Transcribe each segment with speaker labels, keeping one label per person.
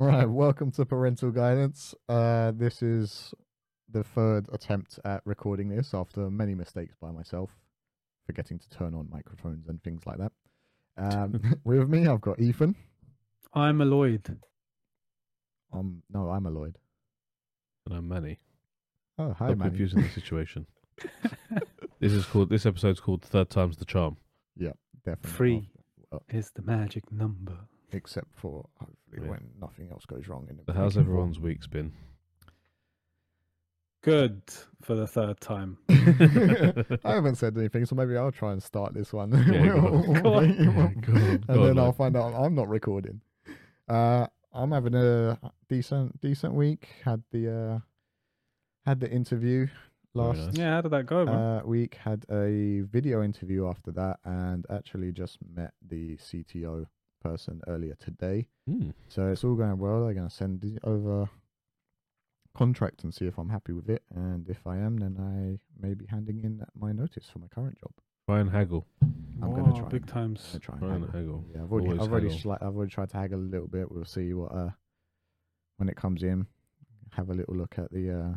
Speaker 1: Right, welcome to Parental Guidance. Uh, this is the third attempt at recording this after many mistakes by myself, forgetting to turn on microphones and things like that. Um, with me, I've got Ethan.
Speaker 2: I'm a Lloyd.
Speaker 1: Um, no, I'm a Lloyd.
Speaker 3: And I'm Manny.
Speaker 1: Oh, hi,
Speaker 3: I'm
Speaker 1: Manny.
Speaker 3: confusing the situation. this is called. This episode's called Third Time's the Charm.
Speaker 1: Definitely
Speaker 2: Three.
Speaker 1: well.
Speaker 2: is the magic number.
Speaker 1: after- except for hopefully
Speaker 3: Yeah.
Speaker 1: when nothing else goes wrong. In the
Speaker 3: So how's
Speaker 1: breaking ball.
Speaker 3: everyone's week's been?
Speaker 2: Good for the third time.
Speaker 3: Hmm.
Speaker 1: I haven't said anything, so maybe I'll try and start this one.
Speaker 3: Yeah, go on.
Speaker 1: We'll-
Speaker 2: Go on.
Speaker 1: we'll-
Speaker 3: Yeah, go on,
Speaker 1: and
Speaker 3: go on,
Speaker 1: then I'll
Speaker 3: Lloyd.
Speaker 1: find out I'm not recording. Uh, I'm having a decent decent week. Had the uh, had the interview
Speaker 3: Very
Speaker 1: last
Speaker 3: nice.
Speaker 2: Yeah, how did that go? man?
Speaker 1: uh, week. Had a video interview after that, and actually just met the CTO person earlier today.
Speaker 3: Hmm.
Speaker 1: So it's all going well. They're going to send it over contract and see if I'm happy with it. And if I am, then I may be handing in my notice for my current job.
Speaker 3: Ryan Haggle.
Speaker 1: I'm gonna
Speaker 2: Wow,
Speaker 1: try
Speaker 2: Big
Speaker 1: and-
Speaker 2: times.
Speaker 1: I'm gonna try
Speaker 3: Ryan
Speaker 1: and
Speaker 3: Haggle.
Speaker 1: haggle. Yeah, I've already,
Speaker 3: Always
Speaker 1: I've already,
Speaker 3: haggle.
Speaker 1: sli- I've already tried to haggle a little bit. We'll see what uh when it comes in. Have a little look at the. uh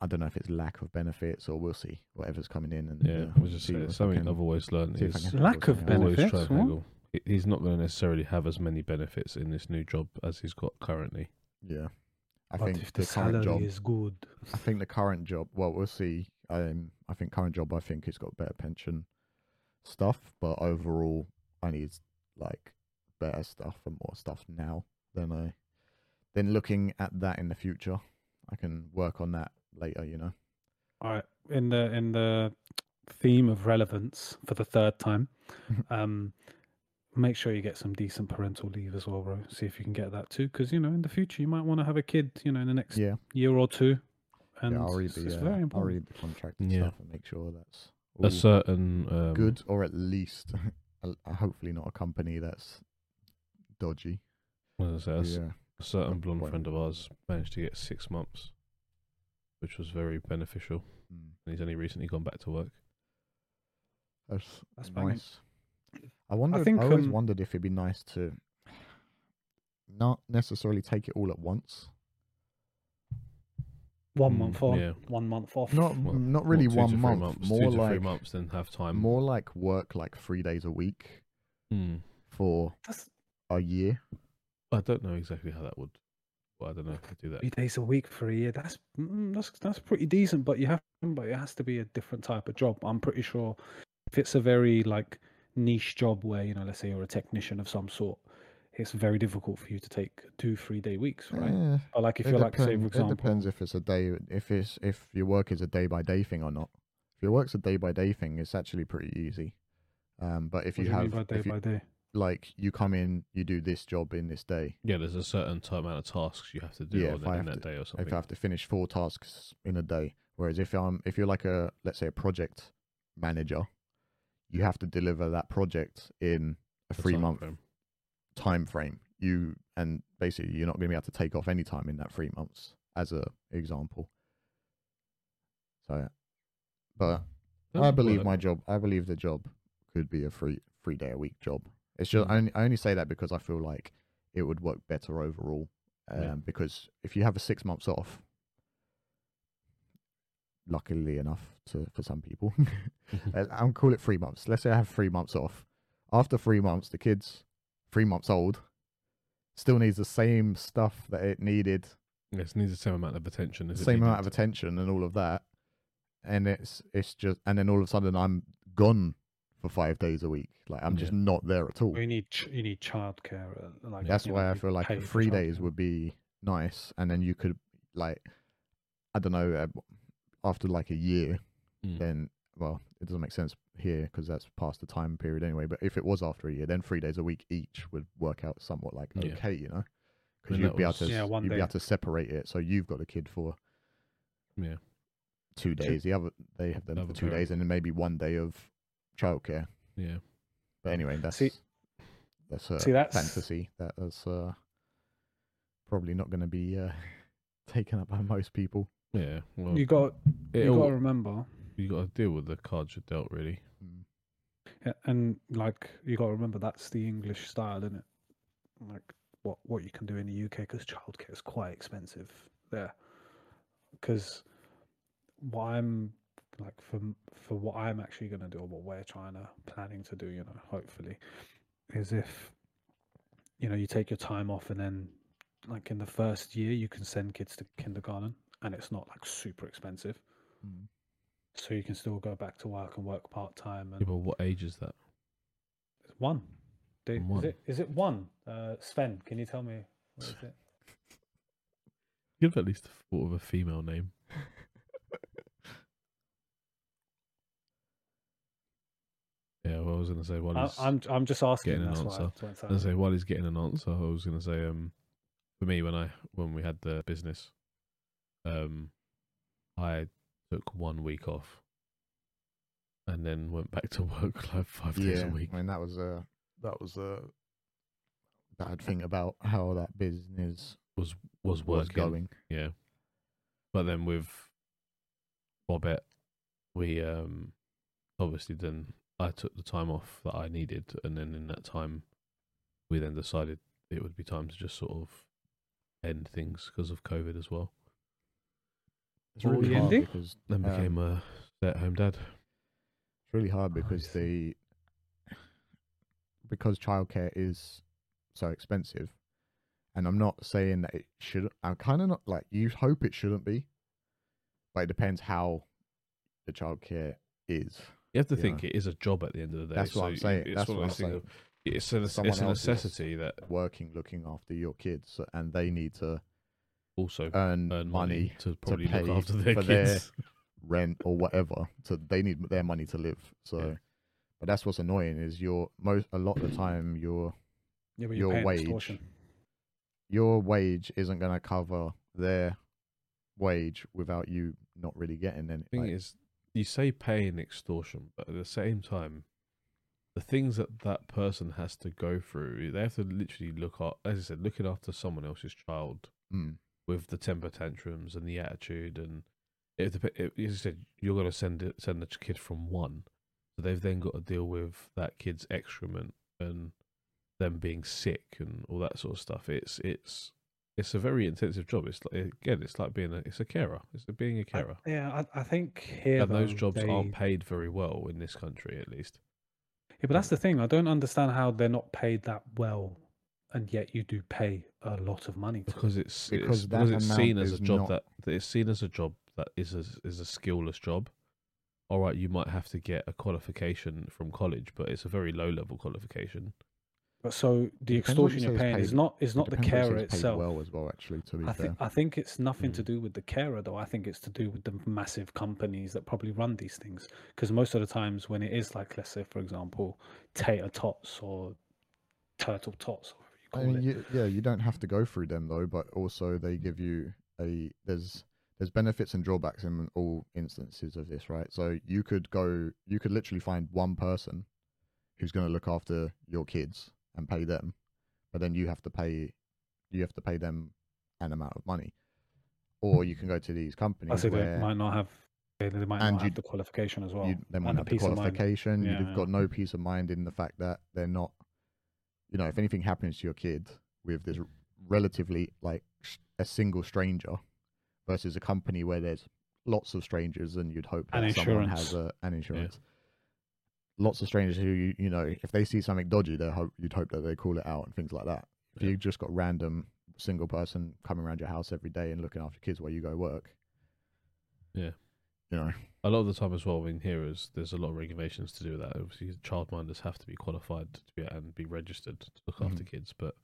Speaker 1: I don't know if it's lack of benefits or we'll see whatever's coming in and
Speaker 3: Yeah,
Speaker 1: uh,
Speaker 3: I was just
Speaker 1: see
Speaker 3: saying,
Speaker 1: if I
Speaker 3: something
Speaker 1: can-
Speaker 3: I've always learned
Speaker 1: see if I
Speaker 3: is
Speaker 1: can Hmm.
Speaker 2: Lack
Speaker 1: haggle
Speaker 2: of
Speaker 1: something out.
Speaker 3: always try
Speaker 2: Benefits,
Speaker 3: and
Speaker 2: what?
Speaker 3: haggle. He- He's not going to necessarily have as many benefits in this new job as he's got currently.
Speaker 1: Yeah, I
Speaker 2: but
Speaker 1: think
Speaker 2: if the,
Speaker 1: current
Speaker 2: salary
Speaker 1: job
Speaker 2: is good,
Speaker 1: I think the current job. Well, we'll see. Um, I think current job. I think it's got better pension stuff, but overall, I need like better stuff and more stuff now than I. Then looking at that in the future, I can work on that later. You know.
Speaker 2: all right. In the in the theme of relevance for the third time, um, make sure you get some decent parental leave as well, bro. See if you can get that too, because you know in the future you might want to have a kid. You know, in the next
Speaker 1: Yeah.
Speaker 2: year or two, and
Speaker 1: yeah I'll read
Speaker 2: it's,
Speaker 1: the.
Speaker 2: it's
Speaker 1: uh,
Speaker 2: very
Speaker 1: I'll
Speaker 2: important.
Speaker 1: read the contract and
Speaker 3: Yeah.
Speaker 1: stuff and make sure that's all
Speaker 3: A certain um,
Speaker 1: good, or at least, a- hopefully, not a company that's dodgy.
Speaker 3: what was I gonna say, a s-
Speaker 1: yeah.
Speaker 3: a certain
Speaker 1: Good
Speaker 3: blonde
Speaker 1: point.
Speaker 3: friend of ours managed to get six months, which was very beneficial.
Speaker 1: Mm.
Speaker 3: And he's only recently gone back to work.
Speaker 1: That's,
Speaker 2: That's banging.
Speaker 1: nice. I wondered. I,
Speaker 2: think,
Speaker 1: always
Speaker 2: um,
Speaker 1: wondered if it'd be nice to not necessarily take it all at once.
Speaker 2: One
Speaker 3: Mm,
Speaker 2: month on,
Speaker 3: yeah.
Speaker 2: one month off.
Speaker 1: Not
Speaker 3: Well,
Speaker 1: m- not
Speaker 3: Or
Speaker 1: really
Speaker 3: two to
Speaker 1: one
Speaker 3: three
Speaker 1: month.
Speaker 3: months, two
Speaker 1: more
Speaker 3: to three
Speaker 1: like
Speaker 3: months, then have time.
Speaker 1: more like work like three days a week
Speaker 3: Hmm.
Speaker 1: for
Speaker 2: That's
Speaker 1: a year.
Speaker 3: I don't know exactly how that would. Well, I don't know if I do that.
Speaker 2: three days a week for a year. That's mm, that's that's pretty decent. But you have, but it has to be a different type of job. I'm pretty sure if it's a very like niche job where you know, let's say you're a technician of some sort, it's very difficult for you to take two three day weeks, right?
Speaker 1: Eh,
Speaker 2: But like if
Speaker 1: it
Speaker 2: you're like, say
Speaker 1: depend-
Speaker 2: for
Speaker 1: it depends
Speaker 2: example,
Speaker 1: if it's a day if it's if your work is a day by day thing or not. If your work's a day by day thing, it's actually pretty easy. Um, but if
Speaker 2: what do
Speaker 1: you
Speaker 2: you
Speaker 1: have
Speaker 2: mean by day
Speaker 1: if you- Oh.
Speaker 2: by day?
Speaker 1: like you come in, you do this job in this day.
Speaker 3: Yeah, there's a certain t- amount of tasks you have to do
Speaker 1: Yeah,
Speaker 3: on
Speaker 1: if I
Speaker 3: in
Speaker 1: have
Speaker 3: that day or something.
Speaker 1: if I have to finish four tasks in a day. Whereas if I'm if you're like a let's say a project manager, you have to deliver that project in a
Speaker 3: The
Speaker 1: three
Speaker 3: time
Speaker 1: month
Speaker 3: frame.
Speaker 1: time frame. You and basically you're not going to be able to take off any time in that three months, as a example. So, but
Speaker 3: That
Speaker 1: I
Speaker 3: would
Speaker 1: believe
Speaker 3: work.
Speaker 1: my job. I believe the job could be a three three day a week job. It's just
Speaker 3: Mm.
Speaker 1: I, only, I only say that because I feel like it would work better overall. Um,
Speaker 3: Yeah.
Speaker 1: Because if you have a six months off, luckily enough to for some people, uh, I'll call it three months. Let's say I have three months off. After three months, the kid's three months old, still needs the same stuff that it needed
Speaker 3: Yes, it needs the same amount of attention. As it
Speaker 1: same
Speaker 3: needed.
Speaker 1: amount of attention and all of that, and it's it's just and then all of a sudden I'm gone for five days a week. Like I'm just
Speaker 3: Yeah.
Speaker 1: not there at all.
Speaker 2: You need ch- you need childcare. uh, Like
Speaker 1: That's
Speaker 2: you know,
Speaker 1: why I
Speaker 2: you
Speaker 1: feel
Speaker 2: pay
Speaker 1: like
Speaker 2: for
Speaker 1: three days
Speaker 2: childcare.
Speaker 1: would be nice, and then you could like I don't know uh, after like a year,
Speaker 3: Mm.
Speaker 1: then well it doesn't make sense here because that's past the time period anyway. But if it was after a year, then three days a week each would work out somewhat like
Speaker 3: Yeah.
Speaker 1: okay, you know. Because
Speaker 3: Then
Speaker 1: you'd
Speaker 3: that
Speaker 1: be able
Speaker 3: was-
Speaker 1: to,
Speaker 2: Yeah,
Speaker 1: s-
Speaker 2: one
Speaker 1: you'd be
Speaker 2: day.
Speaker 1: able to separate it. So you've got a kid for
Speaker 3: Yeah,
Speaker 1: two
Speaker 2: Two-
Speaker 1: days. The other they have them
Speaker 3: The
Speaker 1: for
Speaker 3: other
Speaker 1: two
Speaker 3: parent.
Speaker 1: days, and then maybe one day of childcare.
Speaker 3: yeah.
Speaker 1: But anyway, that's
Speaker 2: See-
Speaker 1: that's a
Speaker 2: see, that's-
Speaker 1: fantasy. That is uh, probably not going to be uh, taken up by most people.
Speaker 3: Yeah, well,
Speaker 2: You got
Speaker 3: it
Speaker 2: you got
Speaker 3: all-
Speaker 2: to remember.
Speaker 3: you got to deal with the cards you're dealt, really.
Speaker 1: Mm.
Speaker 2: Yeah, and like you got to remember that's the English style, isn't it? Like what you can do in the UK because childcare is quite expensive there. Because what I'm like for m- for what I'm actually going to do or what we're trying to planning to do, you know, hopefully, is if you know you take your time off and then like in the first year you can send kids to kindergarten and it's not like super expensive,
Speaker 1: Mm.
Speaker 2: so you can still go back to work and work part time and
Speaker 3: Yeah, but what age is that?
Speaker 2: It's One. Do, Is
Speaker 3: One.
Speaker 2: it is it one? Uh, Sven, can you tell me what is it?
Speaker 3: Give at least thought of a female name. yeah, well, I was gonna say while
Speaker 2: I,
Speaker 3: he's
Speaker 2: I'm I'm just asking.
Speaker 3: getting an
Speaker 2: That's why.
Speaker 3: answer.
Speaker 2: that's why it's
Speaker 3: I was gonna
Speaker 2: out.
Speaker 3: say while he's getting an answer, I was gonna say um, for me when I when we had the business, um, I took one week off, and then went back to work like five days
Speaker 1: Yeah,
Speaker 3: a week.
Speaker 1: I mean that was a that was a bad thing about how that business
Speaker 3: Was
Speaker 1: was
Speaker 3: working.
Speaker 1: going.
Speaker 3: Yeah. But then with Bobette, we um obviously then I took the time off that I needed and then in that time we then decided it would be time to just sort of end things because of COVID as well.
Speaker 1: It's
Speaker 2: What were
Speaker 1: really
Speaker 2: you
Speaker 1: hard
Speaker 2: ending?
Speaker 1: because
Speaker 3: Then
Speaker 1: Um,
Speaker 3: became a stay at home dad.
Speaker 1: It's really hard
Speaker 3: Oh, I
Speaker 1: because the because childcare is so expensive, and I'm not saying that it should. I'm kind of not like you hope it shouldn't be, but it depends how the childcare is.
Speaker 3: You have to
Speaker 1: Yeah.
Speaker 3: think it is a job at the end of the day.
Speaker 1: That's what
Speaker 3: so
Speaker 1: I'm
Speaker 3: you-
Speaker 1: saying.
Speaker 3: It's
Speaker 1: That's
Speaker 3: one
Speaker 1: what
Speaker 3: of
Speaker 1: I'm
Speaker 3: those things
Speaker 1: saying.
Speaker 3: of- It's a,
Speaker 1: Someone
Speaker 3: it's a
Speaker 1: else is-
Speaker 3: necessity that
Speaker 1: Working, looking after your kids, so- and they need to
Speaker 3: also
Speaker 1: earn,
Speaker 3: earn money
Speaker 1: money,
Speaker 3: to probably look
Speaker 1: pay
Speaker 3: after their
Speaker 1: for their-
Speaker 3: kids.
Speaker 1: rent, or whatever. So they need their money to live. So, but that's what's annoying is you're most a lot of the time you're
Speaker 2: Yeah, but
Speaker 1: your
Speaker 2: you're paying
Speaker 1: wage.
Speaker 2: extortion.
Speaker 1: your wage isn't going to cover their wage without you not really getting any.
Speaker 3: thing
Speaker 1: like,
Speaker 3: is, you say pay and extortion, but at the same time, the things that that person has to go through, they have to literally look at, as I said, looking after someone else's child
Speaker 1: mm,
Speaker 3: with the temper tantrums and the attitude, and it, dep- it, as I said, you're going to send it, send the kid from one, so they've then got to deal with that kid's excrement and them being sick and all that sort of stuff. It's it's it's a very intensive job. It's like again, it's like being a it's a carer. It's like being a
Speaker 2: I-
Speaker 3: carer
Speaker 2: yeah, I, I think here
Speaker 3: and those
Speaker 2: though,
Speaker 3: jobs aren't
Speaker 2: they-
Speaker 3: paid very well in this country, at least.
Speaker 2: Yeah, but that's the thing. I don't understand how they're not paid that well, and yet you do pay a lot of money. To
Speaker 3: Because it's
Speaker 1: Because
Speaker 3: because, it's,
Speaker 1: that
Speaker 3: because it's
Speaker 1: amount
Speaker 3: seen as a
Speaker 1: is
Speaker 3: job
Speaker 1: not-
Speaker 3: that, that it's seen as a job that is a, is a skillless job. All right, you might have to get a qualification from college, but it's a very low level qualification.
Speaker 2: But so the
Speaker 1: Depends what you
Speaker 2: extortion
Speaker 1: say
Speaker 2: you're
Speaker 1: is
Speaker 2: paying is
Speaker 1: paid.
Speaker 2: not is not the
Speaker 1: depends whether
Speaker 2: carer
Speaker 1: it's paid
Speaker 2: itself.
Speaker 1: Well, as well, actually, to be
Speaker 2: I,
Speaker 1: fair.
Speaker 2: think I think it's nothing to
Speaker 3: Mm.
Speaker 2: do with the carer, though. I think it's to do with the massive companies that probably run these things. Because most of the times, when it is like, let's say, for example, Tater Tots or Turtle Tots, or
Speaker 1: I
Speaker 2: whatever you call
Speaker 1: mean,
Speaker 2: it.
Speaker 1: you, yeah, you don't have to go through them though, but also they give you a there's there's benefits and drawbacks in all instances of this, right? So you could go, you could literally find one person who's going to look after your kids and pay them, but then you have to pay you have to pay them an amount of money, or you can go to these
Speaker 2: I
Speaker 1: companies
Speaker 2: think they
Speaker 1: where
Speaker 2: might not have they, they might
Speaker 1: And
Speaker 2: not have
Speaker 1: you-
Speaker 2: the qualification as well.
Speaker 1: you, they might not
Speaker 2: and
Speaker 1: have the
Speaker 2: peace of mind.
Speaker 1: qualification.
Speaker 2: Yeah,
Speaker 1: You've
Speaker 2: yeah.
Speaker 1: got no peace of mind in the fact that they're not, you know, if anything happens to your kid with this relatively like s- a single stranger versus a company where there's lots of strangers and you'd hope that
Speaker 2: And
Speaker 1: someone
Speaker 2: insurance.
Speaker 1: has a, an insurance. Lots of strangers who you you know if they see something dodgy, they hope you'd hope that they call it out and things like that. If
Speaker 3: Yeah.
Speaker 1: you've just got random single person coming around your house every day and looking after your kids while you go work,
Speaker 3: Yeah.
Speaker 1: you know,
Speaker 3: A lot of the time as well in here is there's a lot of regulations to do with that. Obviously, childminders have to be qualified to be, and be registered to look after
Speaker 1: Mm.
Speaker 3: kids, but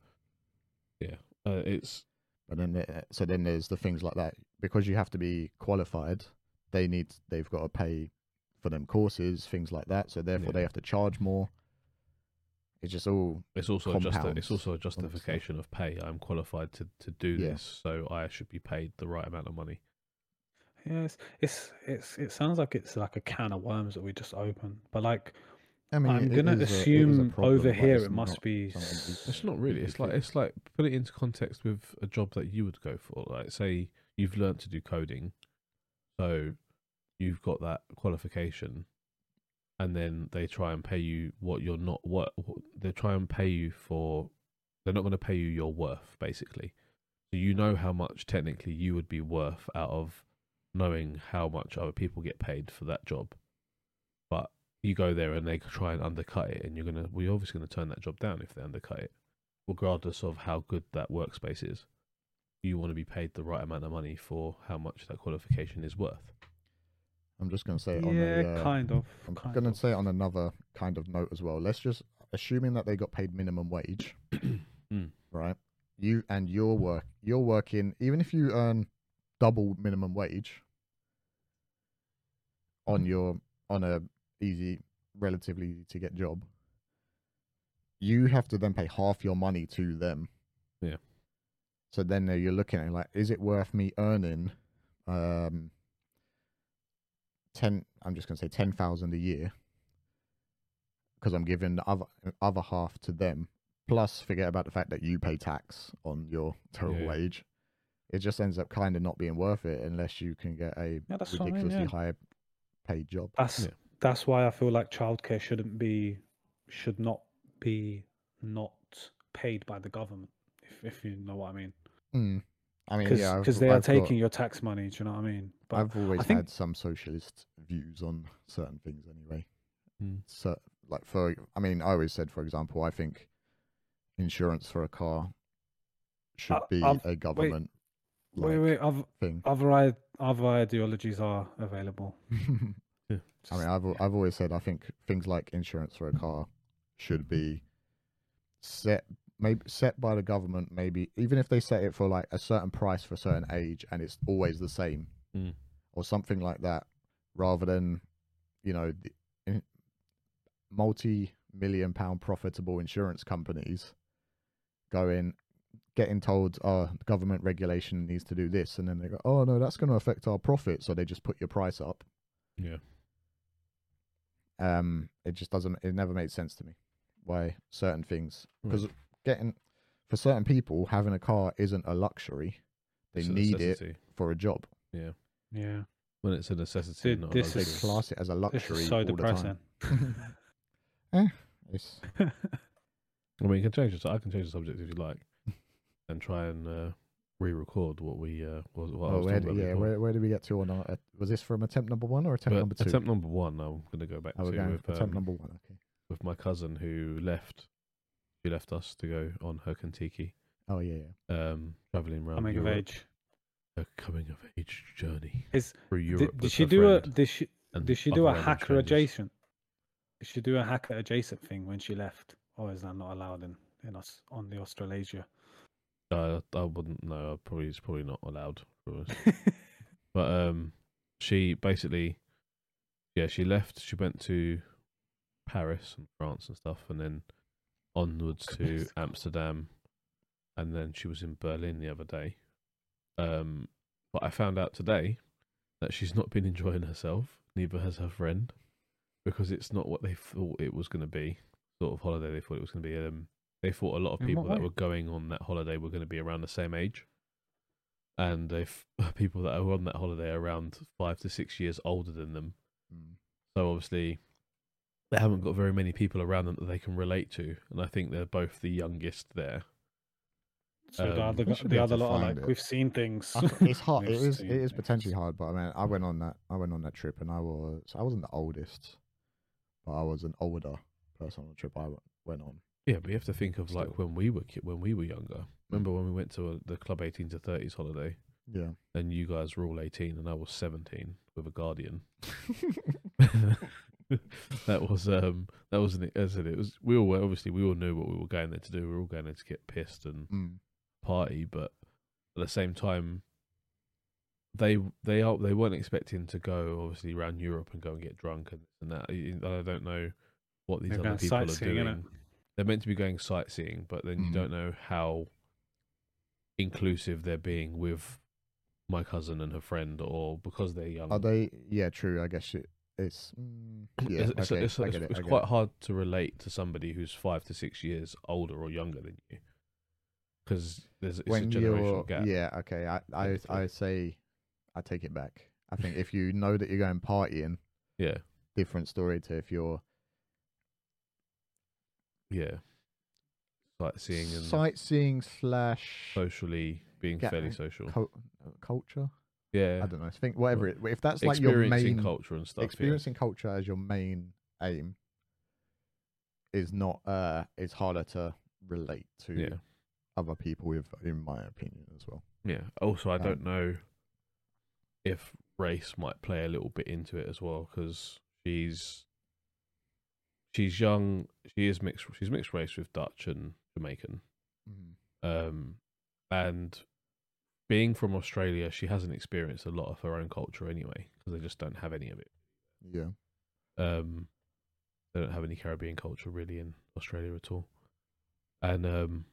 Speaker 3: yeah, uh, it's
Speaker 1: But then, the- so then there's the things like that because you have to be qualified. They need they've got to pay for them courses, things like that. So therefore,
Speaker 3: Yeah.
Speaker 1: they have to charge more. It's just all
Speaker 3: It's also just a,
Speaker 1: compounds
Speaker 3: it's also a
Speaker 1: stuff.
Speaker 3: justification of pay. I'm qualified to, to do
Speaker 1: Yeah.
Speaker 3: this, so I should be paid the right amount of money.
Speaker 2: Yes, it's it's it sounds like it's like a can of worms that we just open. But like,
Speaker 1: I mean,
Speaker 2: I'm
Speaker 1: it- it
Speaker 2: gonna
Speaker 1: is a- it is a
Speaker 2: assume
Speaker 1: problem,
Speaker 2: over
Speaker 1: but
Speaker 2: here
Speaker 1: it's
Speaker 2: it must
Speaker 1: not
Speaker 2: be.
Speaker 1: something you-
Speaker 3: It's not really. It's like
Speaker 1: Okay.
Speaker 3: it's like put it into context with a job that you would go for. Like say you've learnt to do coding, so you've got that qualification, and then they try and pay you what you're not what they try and pay you for They're not going to pay you your worth, basically. So you know how much technically you would be worth out of knowing how much other people get paid for that job. But you go there and they try and undercut it, and you're gonna we're obviously gonna turn that job down if they undercut it, regardless of how good that workspace is. You want to be paid the right amount of money for how much that qualification is worth.
Speaker 1: I'm just going to say it on
Speaker 2: yeah,
Speaker 1: a, uh,
Speaker 2: kind of.
Speaker 1: I'm
Speaker 2: kind
Speaker 1: going to
Speaker 2: of.
Speaker 1: say it on another kind of note as well. Let's just assuming that they got paid minimum wage,
Speaker 2: Hmm.
Speaker 3: Mm.
Speaker 1: right? You and your work, you're working even if you earn double minimum wage on your on a easy, relatively easy to get job. You have to then pay half your money to them.
Speaker 3: Yeah.
Speaker 1: So then uh, you're looking at it like, is it worth me earning? Um, ten I'm just gonna say ten thousand a year because I'm giving the other other half to them. Plus, forget about the fact that you pay tax on your total
Speaker 3: Yeah.
Speaker 1: wage. It just ends up kind of not being worth it unless you can get a
Speaker 2: Yeah, that's what I mean,
Speaker 1: ridiculously
Speaker 2: yeah.
Speaker 1: high paid job.
Speaker 2: That's
Speaker 3: Yeah.
Speaker 2: that's why I feel like childcare shouldn't be should not be not paid by the government. If if you know what I mean,
Speaker 1: Mm. I mean,
Speaker 2: because
Speaker 1: yeah, I've-
Speaker 2: they are
Speaker 1: I've got-
Speaker 2: taking your tax money. Do you know what I mean? But
Speaker 1: I've always
Speaker 2: I think-
Speaker 1: had some socialist views on certain things, anyway.
Speaker 2: Hmm.
Speaker 3: Mm.
Speaker 1: So, like for, I mean, I always said, for example, I think insurance for a car should
Speaker 2: Uh,
Speaker 1: be
Speaker 2: I've-
Speaker 1: a government
Speaker 2: wait, wait, other
Speaker 1: thing.
Speaker 2: other i- other ideologies are available.
Speaker 1: I mean, I've al- I've always said I think things like insurance for a car should be set maybe set by the government. Maybe even if they set it for like a certain price for a certain age, and it's always the same,
Speaker 3: Mm.
Speaker 1: or something like that, rather than you know the in, multi-million pound profitable insurance companies going getting told oh the government regulation needs to do this and then they go oh no that's going to affect our profit so they just put your price up
Speaker 3: Yeah.
Speaker 1: um it just doesn't it never made sense to me why certain things
Speaker 3: Hmm.
Speaker 1: because getting for certain people having a car isn't a luxury they
Speaker 3: It's a
Speaker 1: need it
Speaker 3: necessity.
Speaker 1: for a job
Speaker 2: Yeah,
Speaker 3: when it's a necessity.
Speaker 2: Dude,
Speaker 3: not a
Speaker 2: this
Speaker 1: they
Speaker 2: is-
Speaker 3: luxury.
Speaker 1: class it as a
Speaker 2: this
Speaker 1: luxury
Speaker 2: is so
Speaker 1: all the
Speaker 2: depressing.
Speaker 1: time eh, it's,
Speaker 3: I mean, you can change the su- I can change the subject if you like, and try and uh, re-record what we uh, what, what I
Speaker 1: oh,
Speaker 3: was
Speaker 1: where,
Speaker 3: talking
Speaker 1: d-
Speaker 3: about
Speaker 1: yeah
Speaker 3: before.
Speaker 1: where, where did we get to on our, uh, was this from attempt number one or attempt
Speaker 3: But
Speaker 1: number two
Speaker 3: Attempt number one. I'm going to go back
Speaker 1: oh,
Speaker 3: to
Speaker 1: we're going
Speaker 3: with,
Speaker 1: for attempt
Speaker 3: um,
Speaker 1: number one okay
Speaker 3: with my cousin who left. She left us to go on her Kentucky,
Speaker 1: oh yeah, yeah.
Speaker 3: um, traveling around
Speaker 2: Coming of
Speaker 3: Europe,
Speaker 2: age.
Speaker 3: her coming of age journey
Speaker 2: Is
Speaker 3: through
Speaker 2: did,
Speaker 3: Europe.
Speaker 2: did
Speaker 3: with
Speaker 2: she
Speaker 3: her
Speaker 2: do a
Speaker 3: friend
Speaker 2: did she
Speaker 3: and
Speaker 2: did she
Speaker 3: other
Speaker 2: do a
Speaker 3: random
Speaker 2: hacker
Speaker 3: strangers.
Speaker 2: adjacent? Did she do a hacker adjacent thing when she left, or is that not allowed in in us on the Australasia?
Speaker 3: Uh, I wouldn't know. I Probably it's probably not allowed. to be honest. But um, she basically, yeah, she left. She went to Paris and France and stuff, and then onwards to
Speaker 2: Goodness.
Speaker 3: Amsterdam, and then she was in Berlin the other day. Um, but I found out today that she's not been enjoying herself. Neither has her friend, because it's not what they thought it was going to be. Sort of holiday they thought it was going to be. Um, they thought a lot of
Speaker 2: In
Speaker 3: people
Speaker 2: what
Speaker 3: that
Speaker 2: way?
Speaker 3: were going on that holiday were going to be around the same age and if people that are on that holiday are around five to six years older than them,
Speaker 1: Mm.
Speaker 3: so obviously they haven't got very many people around them that they can relate to, and I think they're both the youngest there.
Speaker 2: So the
Speaker 3: Um,
Speaker 2: other,
Speaker 1: we
Speaker 2: gu-
Speaker 1: should be
Speaker 2: the
Speaker 1: able to
Speaker 2: other lot are
Speaker 1: find
Speaker 2: like,
Speaker 1: it.
Speaker 2: we've seen things.
Speaker 1: I th- it's hard.
Speaker 2: We've
Speaker 1: It is. It
Speaker 2: seen
Speaker 1: is
Speaker 2: things.
Speaker 1: potentially hard, but I mean, I went on that. I went on that trip, and I was. I wasn't the oldest, but I was an older person on the trip I w- went on.
Speaker 3: Yeah, but you have to think of like
Speaker 1: Still.
Speaker 3: when we were ki- when we were younger. Remember when we went to a, the club eighteen to thirties holiday,
Speaker 1: Yeah.
Speaker 3: and you guys were all eighteen and I was seventeen with a guardian. that was um that was an as I said, it was we all were obviously we all knew what we were going there to do. We were all going there to get pissed and
Speaker 1: Mm.
Speaker 3: party, but at the same time, they they are they weren't expecting to go obviously around Europe and go and get drunk and, and that. You- I don't know what these
Speaker 2: They're
Speaker 3: other
Speaker 2: going
Speaker 3: people are
Speaker 2: sightseeing, innit?
Speaker 3: doing. They're meant to be going sightseeing, but then you
Speaker 1: Mhm.
Speaker 3: don't know how inclusive they're being with my cousin and her friend, or because they're young.
Speaker 1: Are they? Yeah. True. I guess it, it's. Mm, yeah.
Speaker 3: it's it's,
Speaker 1: okay,
Speaker 3: it's,
Speaker 1: I
Speaker 3: it's-
Speaker 1: get it.
Speaker 3: it's
Speaker 1: I get
Speaker 3: quite
Speaker 1: it.
Speaker 3: hard to relate to somebody who's five to six years older or younger than you, because there's it's a
Speaker 1: when you're.
Speaker 3: generational gap.
Speaker 1: Yeah. Okay. I. I.
Speaker 3: Basically.
Speaker 1: I say. I take it back. I think if you know that you're going partying,
Speaker 3: yeah,
Speaker 1: different story to if you're
Speaker 3: yeah. sightseeing and
Speaker 1: Sightseeing slash
Speaker 3: socially being
Speaker 1: Yeah,
Speaker 3: fairly
Speaker 1: and
Speaker 3: social.
Speaker 1: cul- uh, culture.
Speaker 3: yeah,
Speaker 1: I don't know. Think whatever it. If that's like your
Speaker 3: experiencing
Speaker 1: main
Speaker 3: culture and stuff. yeah.
Speaker 1: experiencing culture as your main aim is not uh is harder to relate to
Speaker 3: Yeah.
Speaker 1: other people with in my opinion as well
Speaker 3: Yeah. Also, I
Speaker 1: Um,
Speaker 3: don't know if race might play a little bit into it as well because she's she's young. She is mixed. She's mixed race with Dutch and Jamaican.
Speaker 1: Mm-hmm.
Speaker 3: Um, and being from Australia, she hasn't experienced a lot of her own culture anyway because they just don't have any of it.
Speaker 1: yeah
Speaker 3: Um, they don't have any Caribbean culture really in Australia at all. And um,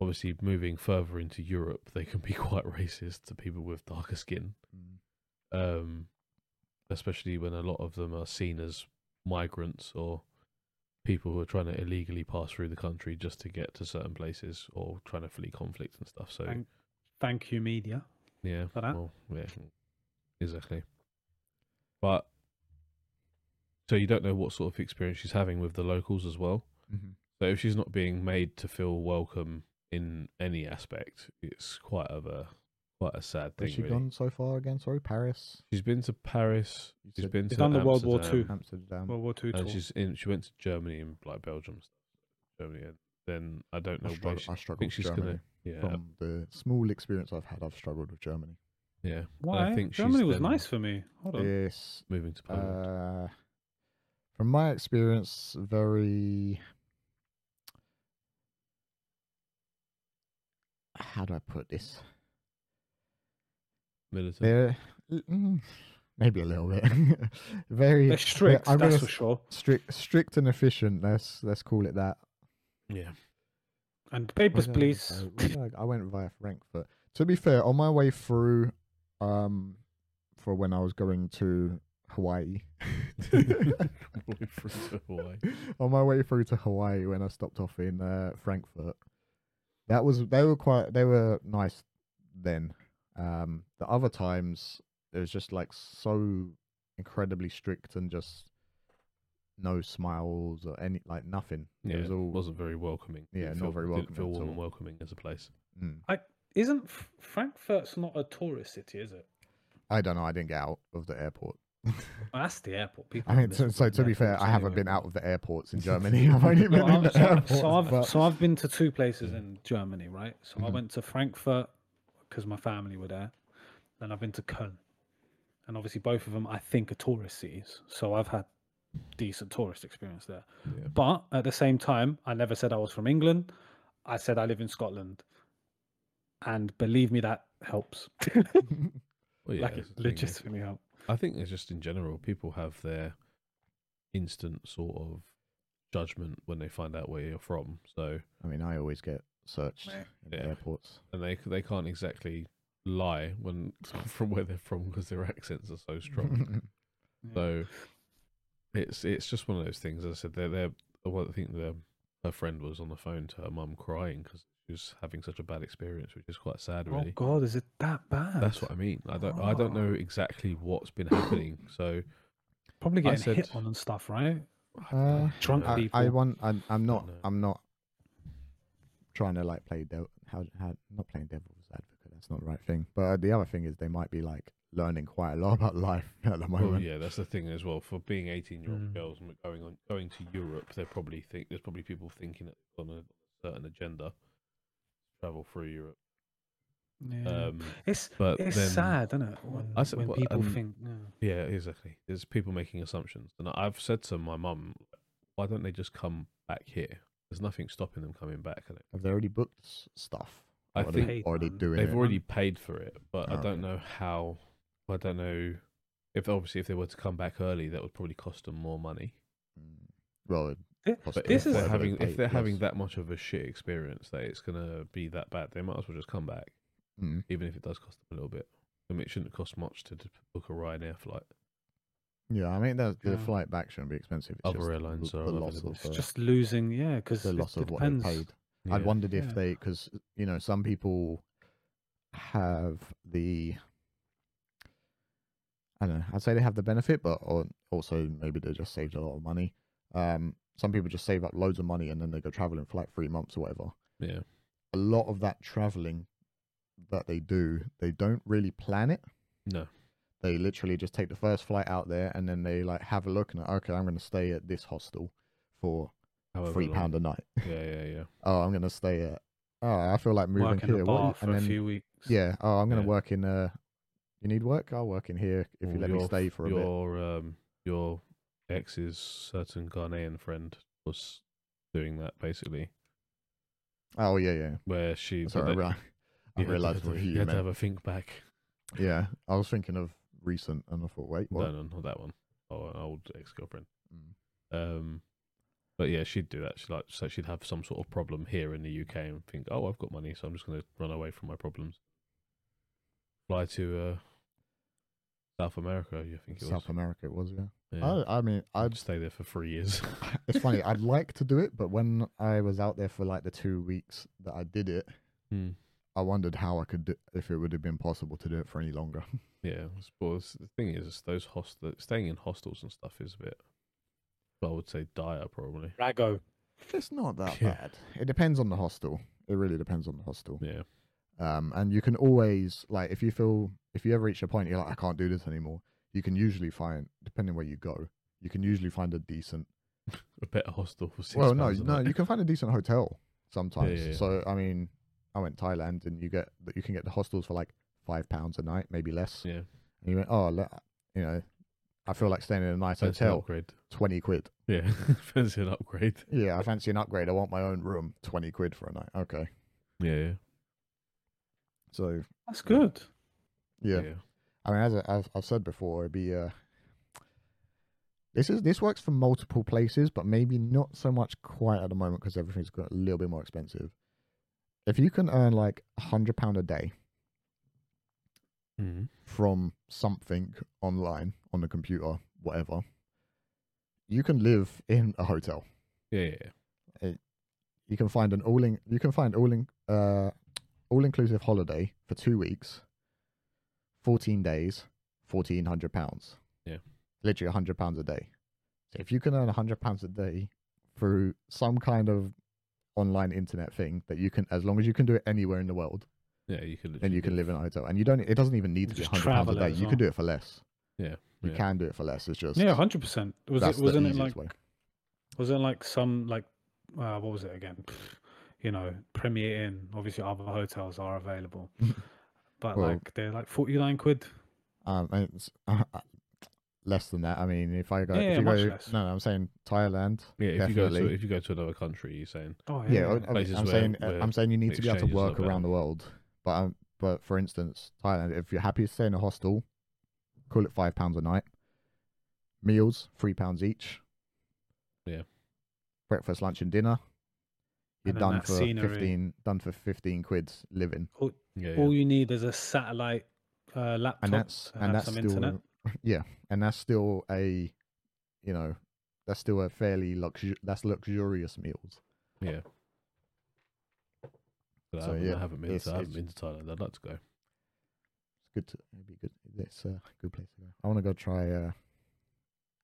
Speaker 3: obviously, moving further into Europe, they can be quite racist to people with darker skin
Speaker 1: Mm-hmm.
Speaker 3: um, especially when a lot of them are seen as migrants or people who are trying to illegally pass through the country just to get to certain places or trying to flee conflict and stuff. So
Speaker 2: Thank- Thank you, media.
Speaker 3: yeah,
Speaker 2: for that.
Speaker 3: well, yeah, exactly. But so you don't know what sort of experience she's having with the locals as well.
Speaker 1: mm-hmm.
Speaker 3: So if she's not being made to feel welcome in any aspect, it's quite of a quite a sad thing.
Speaker 1: has she
Speaker 3: really.
Speaker 1: gone so far again sorry paris
Speaker 3: She's been to Paris.
Speaker 1: You
Speaker 3: She's
Speaker 1: said-
Speaker 3: been
Speaker 2: She's
Speaker 3: to
Speaker 2: done the World War
Speaker 3: Amsterdam.
Speaker 2: Two.
Speaker 1: amsterdam
Speaker 2: World War Two
Speaker 3: And
Speaker 2: tour.
Speaker 3: she's in. She went to Germany and like Belgium, Germany. And then I don't know
Speaker 1: I,
Speaker 3: why
Speaker 1: struggle,
Speaker 3: she.
Speaker 1: I
Speaker 3: I
Speaker 1: struggle
Speaker 3: think
Speaker 1: with
Speaker 3: she's
Speaker 1: germany
Speaker 3: gonna. Yeah,
Speaker 1: from the small experience i've had i've struggled with germany
Speaker 3: yeah.
Speaker 2: Why?
Speaker 3: think she's
Speaker 2: Germany was
Speaker 3: then-
Speaker 2: nice for me. Hold on.
Speaker 1: yes
Speaker 3: Moving to Poland.
Speaker 1: Uh, from my experience, very. How do I put this?
Speaker 3: Militant.
Speaker 1: They're mm, maybe a little bit very
Speaker 2: They're
Speaker 1: they're-
Speaker 2: strict,
Speaker 1: I'm
Speaker 2: that's
Speaker 1: gonna
Speaker 2: for
Speaker 1: s-
Speaker 2: sure.
Speaker 1: strict, strict and efficient. Let's let's call it that.
Speaker 3: Yeah.
Speaker 2: And
Speaker 1: Where
Speaker 2: papers,
Speaker 1: did I
Speaker 2: please.
Speaker 1: go? Where did I, go? I went via Frankfurt. To be fair, on my way through, um, for when I was going to Hawaii,
Speaker 3: Moving through to Hawaii.
Speaker 1: on my way through to Hawaii when I stopped off in uh, Frankfurt. That was they were quite they were nice then. Um, the other times it was just like so incredibly strict and just no smiles or any like nothing.
Speaker 3: Yeah,
Speaker 1: it was all
Speaker 3: wasn't very welcoming.
Speaker 1: Yeah,
Speaker 3: Didn't
Speaker 1: not
Speaker 3: feel-
Speaker 1: very
Speaker 3: Didn't
Speaker 1: welcoming
Speaker 3: feel
Speaker 1: at
Speaker 3: warm and
Speaker 1: all.
Speaker 3: welcoming as a place.
Speaker 1: Mm.
Speaker 2: Isn't F- Frankfurt's not a tourist city, is it?
Speaker 1: I don't know. I didn't get out of the airport.
Speaker 2: Oh, that's the airport. People
Speaker 1: I
Speaker 2: are
Speaker 1: mean, so,
Speaker 2: miserable
Speaker 1: so
Speaker 2: in
Speaker 1: to be fair,
Speaker 2: airports
Speaker 1: I haven't
Speaker 2: anyway.
Speaker 1: been out of the airports in Germany. I've only been
Speaker 2: No,
Speaker 1: in
Speaker 2: I'm-
Speaker 1: the
Speaker 2: so,
Speaker 1: airports.
Speaker 2: so I've
Speaker 1: but-
Speaker 2: so I've been to two places in Germany, right? So I
Speaker 3: Mm-hmm.
Speaker 1: Mhm.
Speaker 2: went to Frankfurt because my family were there, and I've been to Köln, and obviously both of them I think are tourist cities. So I've had decent tourist experience there.
Speaker 3: Yeah.
Speaker 2: But at the same time, I never said I was from England. I said I live in Scotland, and believe me, that helps.
Speaker 3: Well, yeah,
Speaker 2: like it
Speaker 3: that's the thing, yeah.
Speaker 2: legitimately helps.
Speaker 3: I think it's just in general, people have their instant sort of judgment when they find out where you're from. So
Speaker 1: I mean, I always get searched
Speaker 2: Meh.
Speaker 1: in the
Speaker 3: Yeah.
Speaker 1: airports.
Speaker 3: and they they can't exactly lie when from where they're from because their accents are so strong. So it's it's just one of those things. As I said, they're they're. Well, I think the her friend was on the phone to her mum crying because she was having such a bad experience, which is quite sad,
Speaker 2: Oh
Speaker 3: really.
Speaker 2: God, Oh. is it that bad?
Speaker 3: That's what I mean. I don't I don't know exactly what's been happening. So
Speaker 2: Probably
Speaker 3: I
Speaker 2: getting
Speaker 3: said-
Speaker 2: hit on and stuff, right?
Speaker 1: Uh,
Speaker 2: Drunk
Speaker 3: Yeah.
Speaker 1: I,
Speaker 2: people.
Speaker 1: I want. I'm, I'm not.
Speaker 3: know.
Speaker 1: I'm not trying to like play devil. How, how not playing devil's advocate. That's not the right thing. But uh, the other thing is they might be like learning quite a lot about life at the
Speaker 3: well,
Speaker 1: moment.
Speaker 3: yeah, that's the thing as well. For being eighteen year old
Speaker 2: Mm.
Speaker 3: girls and going on going to Europe, they probably think there's probably people thinking that they're on a certain agenda travel through Europe.
Speaker 2: Yeah.
Speaker 3: Um,
Speaker 2: it's
Speaker 1: Uh,
Speaker 3: but
Speaker 2: it's
Speaker 3: then-
Speaker 2: sad, isn't it? When,
Speaker 3: I said-
Speaker 2: when
Speaker 3: well,
Speaker 2: people
Speaker 3: um,
Speaker 2: think, yeah.
Speaker 3: Yeah, exactly. There's people making assumptions, and I've said to my mum, "Why don't they just come back here? There's nothing stopping them coming back." I, don't-
Speaker 1: Have they already booked s- stuff?
Speaker 3: I
Speaker 1: Or are
Speaker 3: think
Speaker 1: they
Speaker 2: Paid
Speaker 1: already
Speaker 2: one.
Speaker 1: doing
Speaker 3: they've
Speaker 1: it.
Speaker 3: already paid for it, but I
Speaker 1: Oh,
Speaker 3: don't
Speaker 1: okay.
Speaker 3: know how. I don't know if obviously if they were to come back early, that would probably cost them more money.
Speaker 1: Mm. well, it
Speaker 2: Thi-
Speaker 1: costs them
Speaker 3: But
Speaker 2: This
Speaker 3: if
Speaker 2: is-
Speaker 3: they're
Speaker 1: whatever they
Speaker 3: having if
Speaker 1: paid,
Speaker 3: they're
Speaker 1: yes.
Speaker 3: having that much of a shit experience, that it's gonna be that bad, they might as well just come back,
Speaker 1: Mm.
Speaker 3: even if it does cost them a little bit. I mean, it shouldn't cost much to d- book a Ryanair flight.
Speaker 1: Yeah, I mean the, the
Speaker 2: Yeah.
Speaker 1: flight back shouldn't be expensive. It's
Speaker 3: Other
Speaker 1: just
Speaker 3: airlines
Speaker 1: the,
Speaker 3: are
Speaker 1: the
Speaker 3: loving
Speaker 1: loss
Speaker 3: it.
Speaker 1: of
Speaker 2: it's
Speaker 1: uh,
Speaker 2: just losing, yeah, because
Speaker 1: the
Speaker 2: it,
Speaker 1: loss
Speaker 2: it
Speaker 1: of what they
Speaker 2: depends.
Speaker 1: paid.
Speaker 3: Yeah.
Speaker 1: I'd wondered if
Speaker 2: Yeah.
Speaker 1: they, because you know, some people have the, I don't know, I'd say they have the benefit, but or also maybe they just saved a lot of money. Um, Some people just save up loads of money and then they go traveling for like three months or whatever.
Speaker 3: Yeah.
Speaker 1: A lot of that traveling that they do, they don't really plan it.
Speaker 3: No.
Speaker 1: They literally just take the first flight out there and then they like have a look and okay, I'm going to stay at this hostel for
Speaker 3: However
Speaker 1: three
Speaker 3: long.
Speaker 1: pound a night.
Speaker 3: Yeah, yeah, yeah.
Speaker 1: Oh, I'm going to stay at. Oh, I feel like moving
Speaker 2: Work in
Speaker 1: here.
Speaker 2: a
Speaker 1: What-
Speaker 2: bar for
Speaker 1: and
Speaker 2: a
Speaker 1: then-
Speaker 2: few weeks.
Speaker 1: Yeah. Oh, I'm going to
Speaker 3: Yeah. Oh,
Speaker 1: work in. Uh, you need work? I'll work in here if you
Speaker 3: Or
Speaker 1: let me
Speaker 3: your-
Speaker 1: stay for a bit.
Speaker 3: your, Um, your ex's certain Ghanaian friend was doing that basically,
Speaker 1: Oh yeah, yeah.
Speaker 3: where she. but
Speaker 1: Sorry, I
Speaker 3: they-
Speaker 1: rea- I
Speaker 3: you had to-
Speaker 1: realised what
Speaker 3: you
Speaker 1: you
Speaker 3: had to
Speaker 1: meant.
Speaker 3: have a think back.
Speaker 1: Yeah, I was thinking of recent, and I thought, wait, what?
Speaker 3: No, no, not that one. Oh, an old ex girlfriend.
Speaker 1: Mm.
Speaker 3: Um, but yeah, she'd do that. She like so she'd have some sort of problem here in the UK and think, oh, I've got money, so I'm just going to run away from my problems. Fly to uh, South America, you think it was?
Speaker 1: South Oh, America, it was yeah.
Speaker 3: Yeah.
Speaker 1: I, I mean, I
Speaker 3: I'd stay there for three years.
Speaker 1: it's funny. I'd like to do it, but when I was out there for like the two weeks that I did it,
Speaker 3: Hmm.
Speaker 1: I wondered how I could do if it would have been possible to do it for any longer.
Speaker 3: Yeah, I suppose the thing is, is those hostel staying in hostels and stuff is a bit. Well, I would say dire probably.
Speaker 2: Rago.
Speaker 1: it's not that
Speaker 3: Yeah.
Speaker 1: bad. It depends on the hostel. It really depends on the hostel.
Speaker 3: Yeah,
Speaker 1: Um, and you can always like if you feel if you ever reach a point you're like I can't do this anymore. You can usually find depending where you go, you can usually find a decent
Speaker 3: a better hostel for six.
Speaker 1: well, no,
Speaker 3: pounds a
Speaker 1: no,
Speaker 3: night.
Speaker 1: you can find a decent hotel sometimes.
Speaker 3: yeah, yeah.
Speaker 1: So I mean, I went Thailand, and you get that you can get the hostels for like five pounds a night, maybe less.
Speaker 3: Yeah.
Speaker 1: And you went, oh, le- you know, I feel like staying in a nice
Speaker 3: fancy an
Speaker 1: hotel,
Speaker 3: upgrade.
Speaker 1: twenty quid.
Speaker 3: Yeah, fancy an upgrade.
Speaker 1: Yeah, I fancy an upgrade. I want my own room, twenty quid for a night. Okay,
Speaker 3: Yeah, yeah,
Speaker 1: so
Speaker 2: That's good.
Speaker 1: yeah, I mean, as I, I've, I've said before, it'd be uh, this is this works for multiple places, but maybe not so much quite at the moment because everything's got a little bit more expensive. If you can earn like a hundred pound a day
Speaker 2: Mm-hmm.
Speaker 3: Mhm.
Speaker 1: from something online on the computer, whatever, you can live in a hotel.
Speaker 3: yeah, yeah, yeah.
Speaker 1: You can find an all in, you can find all in, uh, all inclusive holiday for two weeks, fourteen days, fourteen hundred pounds.
Speaker 3: Yeah.
Speaker 1: literally hundred pounds a day. So if you can earn hundred pounds a day through some kind of online internet thing that you can, as long as you can do it anywhere in the world,
Speaker 3: Yeah, you can.
Speaker 1: then you can live in a hotel, and you don't. It doesn't even need to be
Speaker 2: Just
Speaker 1: hundred pounds a
Speaker 2: travel it
Speaker 1: day.
Speaker 2: as
Speaker 1: You
Speaker 2: well.
Speaker 1: can do it for less.
Speaker 3: Yeah,
Speaker 1: you
Speaker 3: yeah.
Speaker 1: can do it for less. It's just
Speaker 2: Yeah, hundred percent. Was
Speaker 1: that's
Speaker 2: it?
Speaker 1: the
Speaker 2: Wasn't it like?
Speaker 1: easiest way.
Speaker 2: Was it like some like? Uh, what was it again? Pff, You know, Premier Inn. Obviously, other hotels are available, but
Speaker 1: Well-
Speaker 2: like they're like forty nine quid.
Speaker 1: Um, and it's, uh, uh, less than that. I mean, if I go,
Speaker 2: Yeah,
Speaker 1: if
Speaker 2: yeah,
Speaker 1: you
Speaker 2: much
Speaker 1: go,
Speaker 2: less.
Speaker 1: no, no, I'm saying Thailand.
Speaker 3: Yeah, if you go
Speaker 1: Definitely.
Speaker 3: to if you go to another country, you're saying
Speaker 2: Oh
Speaker 1: Yeah,
Speaker 2: yeah.
Speaker 1: I- I,
Speaker 3: Places
Speaker 1: am
Speaker 3: where-
Speaker 1: saying, uh,
Speaker 3: where
Speaker 1: I'm saying you need to be able to
Speaker 3: exchange is a lot
Speaker 1: work around
Speaker 3: better.
Speaker 1: the world. But um, but for instance, Thailand. If you're happy to stay in a hostel, call it five pounds a night. Meals three pounds each.
Speaker 3: Yeah.
Speaker 1: Breakfast, lunch, and dinner. You're
Speaker 2: And then
Speaker 1: done
Speaker 2: that
Speaker 1: for
Speaker 2: scenery.
Speaker 1: fifteen. Done for fifteen quids living.
Speaker 3: yeah, yeah.
Speaker 2: All you need is a satellite uh, laptop
Speaker 1: and that's and
Speaker 2: have
Speaker 1: that's
Speaker 2: some
Speaker 1: still
Speaker 2: internet.
Speaker 1: yeah, and that's still a you know that's still a fairly luxu- that's luxurious meals.
Speaker 3: yeah. But I,
Speaker 1: So,
Speaker 3: haven't,
Speaker 1: yeah,
Speaker 3: I haven't been
Speaker 1: it's-
Speaker 3: to I haven't
Speaker 1: it's-
Speaker 3: been to Thailand. I'd like to go.
Speaker 1: It's good to it'd be good. It's a good place to go. I want to go try uh,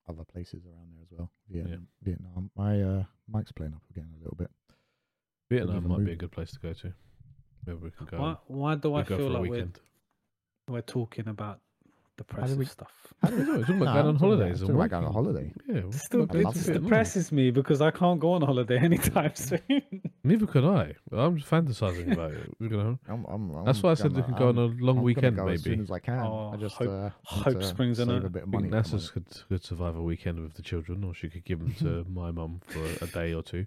Speaker 1: other places around there as well. Vietnam, Vietnam. My uh, mic's playing up again a little bit.
Speaker 3: Vietnam
Speaker 1: even
Speaker 3: might be a
Speaker 1: moved.
Speaker 3: good place to go to. Maybe we can go.
Speaker 2: Why, why do
Speaker 3: we
Speaker 2: I
Speaker 3: go
Speaker 2: feel
Speaker 3: for a
Speaker 2: like we're,
Speaker 3: weekend.
Speaker 2: we're talking about depressive
Speaker 1: we-
Speaker 2: stuff?
Speaker 3: don't know, we're talking about
Speaker 1: No,
Speaker 3: going on
Speaker 1: I'm talking about-
Speaker 3: holidays
Speaker 1: I'm talking
Speaker 3: and
Speaker 1: about going on
Speaker 3: walking.
Speaker 1: holiday.
Speaker 3: Yeah, we'll
Speaker 2: It still,
Speaker 1: I
Speaker 3: go
Speaker 2: it
Speaker 3: to
Speaker 1: love
Speaker 2: just
Speaker 1: it.
Speaker 3: Vietnam.
Speaker 2: depresses me because I can't go on holiday anytime soon.
Speaker 3: Neither could I. Well, I'm just fantasizing about it. You know,
Speaker 1: I'm, I'm, I'm
Speaker 3: that's why I said
Speaker 1: gonna-
Speaker 3: we could go on
Speaker 1: Oh I'm-
Speaker 3: a long
Speaker 1: I'm gonna
Speaker 3: weekend.
Speaker 1: go
Speaker 3: Maybe
Speaker 1: As soon as I can. I
Speaker 2: Oh,
Speaker 1: just
Speaker 2: hope-
Speaker 1: uh, need
Speaker 2: hope
Speaker 1: to
Speaker 2: springs
Speaker 1: save
Speaker 2: in
Speaker 1: a
Speaker 2: it.
Speaker 1: bit of
Speaker 3: I think
Speaker 1: money. at the
Speaker 3: Nassa's
Speaker 1: moment.
Speaker 3: could could survive a weekend with the children, or she could give them to my mum for a, a day or two.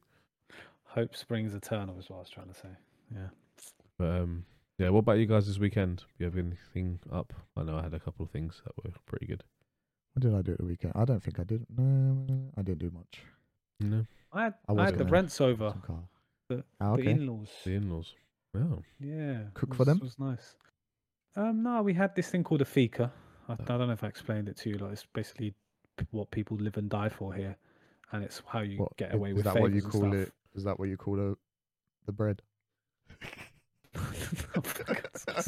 Speaker 2: Hope springs eternal is what I was trying to say.
Speaker 3: But um, yeah. What about you guys this weekend? You have anything up? I know I had a couple of things that were pretty good.
Speaker 1: What did I do at the weekend? I don't think I did. No, I didn't do much.
Speaker 3: No,
Speaker 2: I had,
Speaker 1: I
Speaker 2: I
Speaker 1: was
Speaker 2: had the
Speaker 1: gonna-
Speaker 2: rents over,
Speaker 1: Some car.
Speaker 2: the-
Speaker 1: Ah,
Speaker 2: the
Speaker 1: okay.
Speaker 2: in-laws.
Speaker 3: the in-laws. Oh,
Speaker 2: Yeah,
Speaker 1: Cook
Speaker 2: it
Speaker 1: for them?
Speaker 2: was- was nice. Um, no, we had this thing called a fika. I, I
Speaker 1: Oh.
Speaker 2: don't know if I explained it to you. Like, it's basically p- what people live and die for here, and it's how you
Speaker 1: What-
Speaker 2: get
Speaker 1: i-
Speaker 2: away
Speaker 1: is
Speaker 2: with
Speaker 1: that what you
Speaker 2: favours and
Speaker 1: call
Speaker 2: stuff.
Speaker 1: it? Is that what you call it? The bread.
Speaker 2: Oh, for God's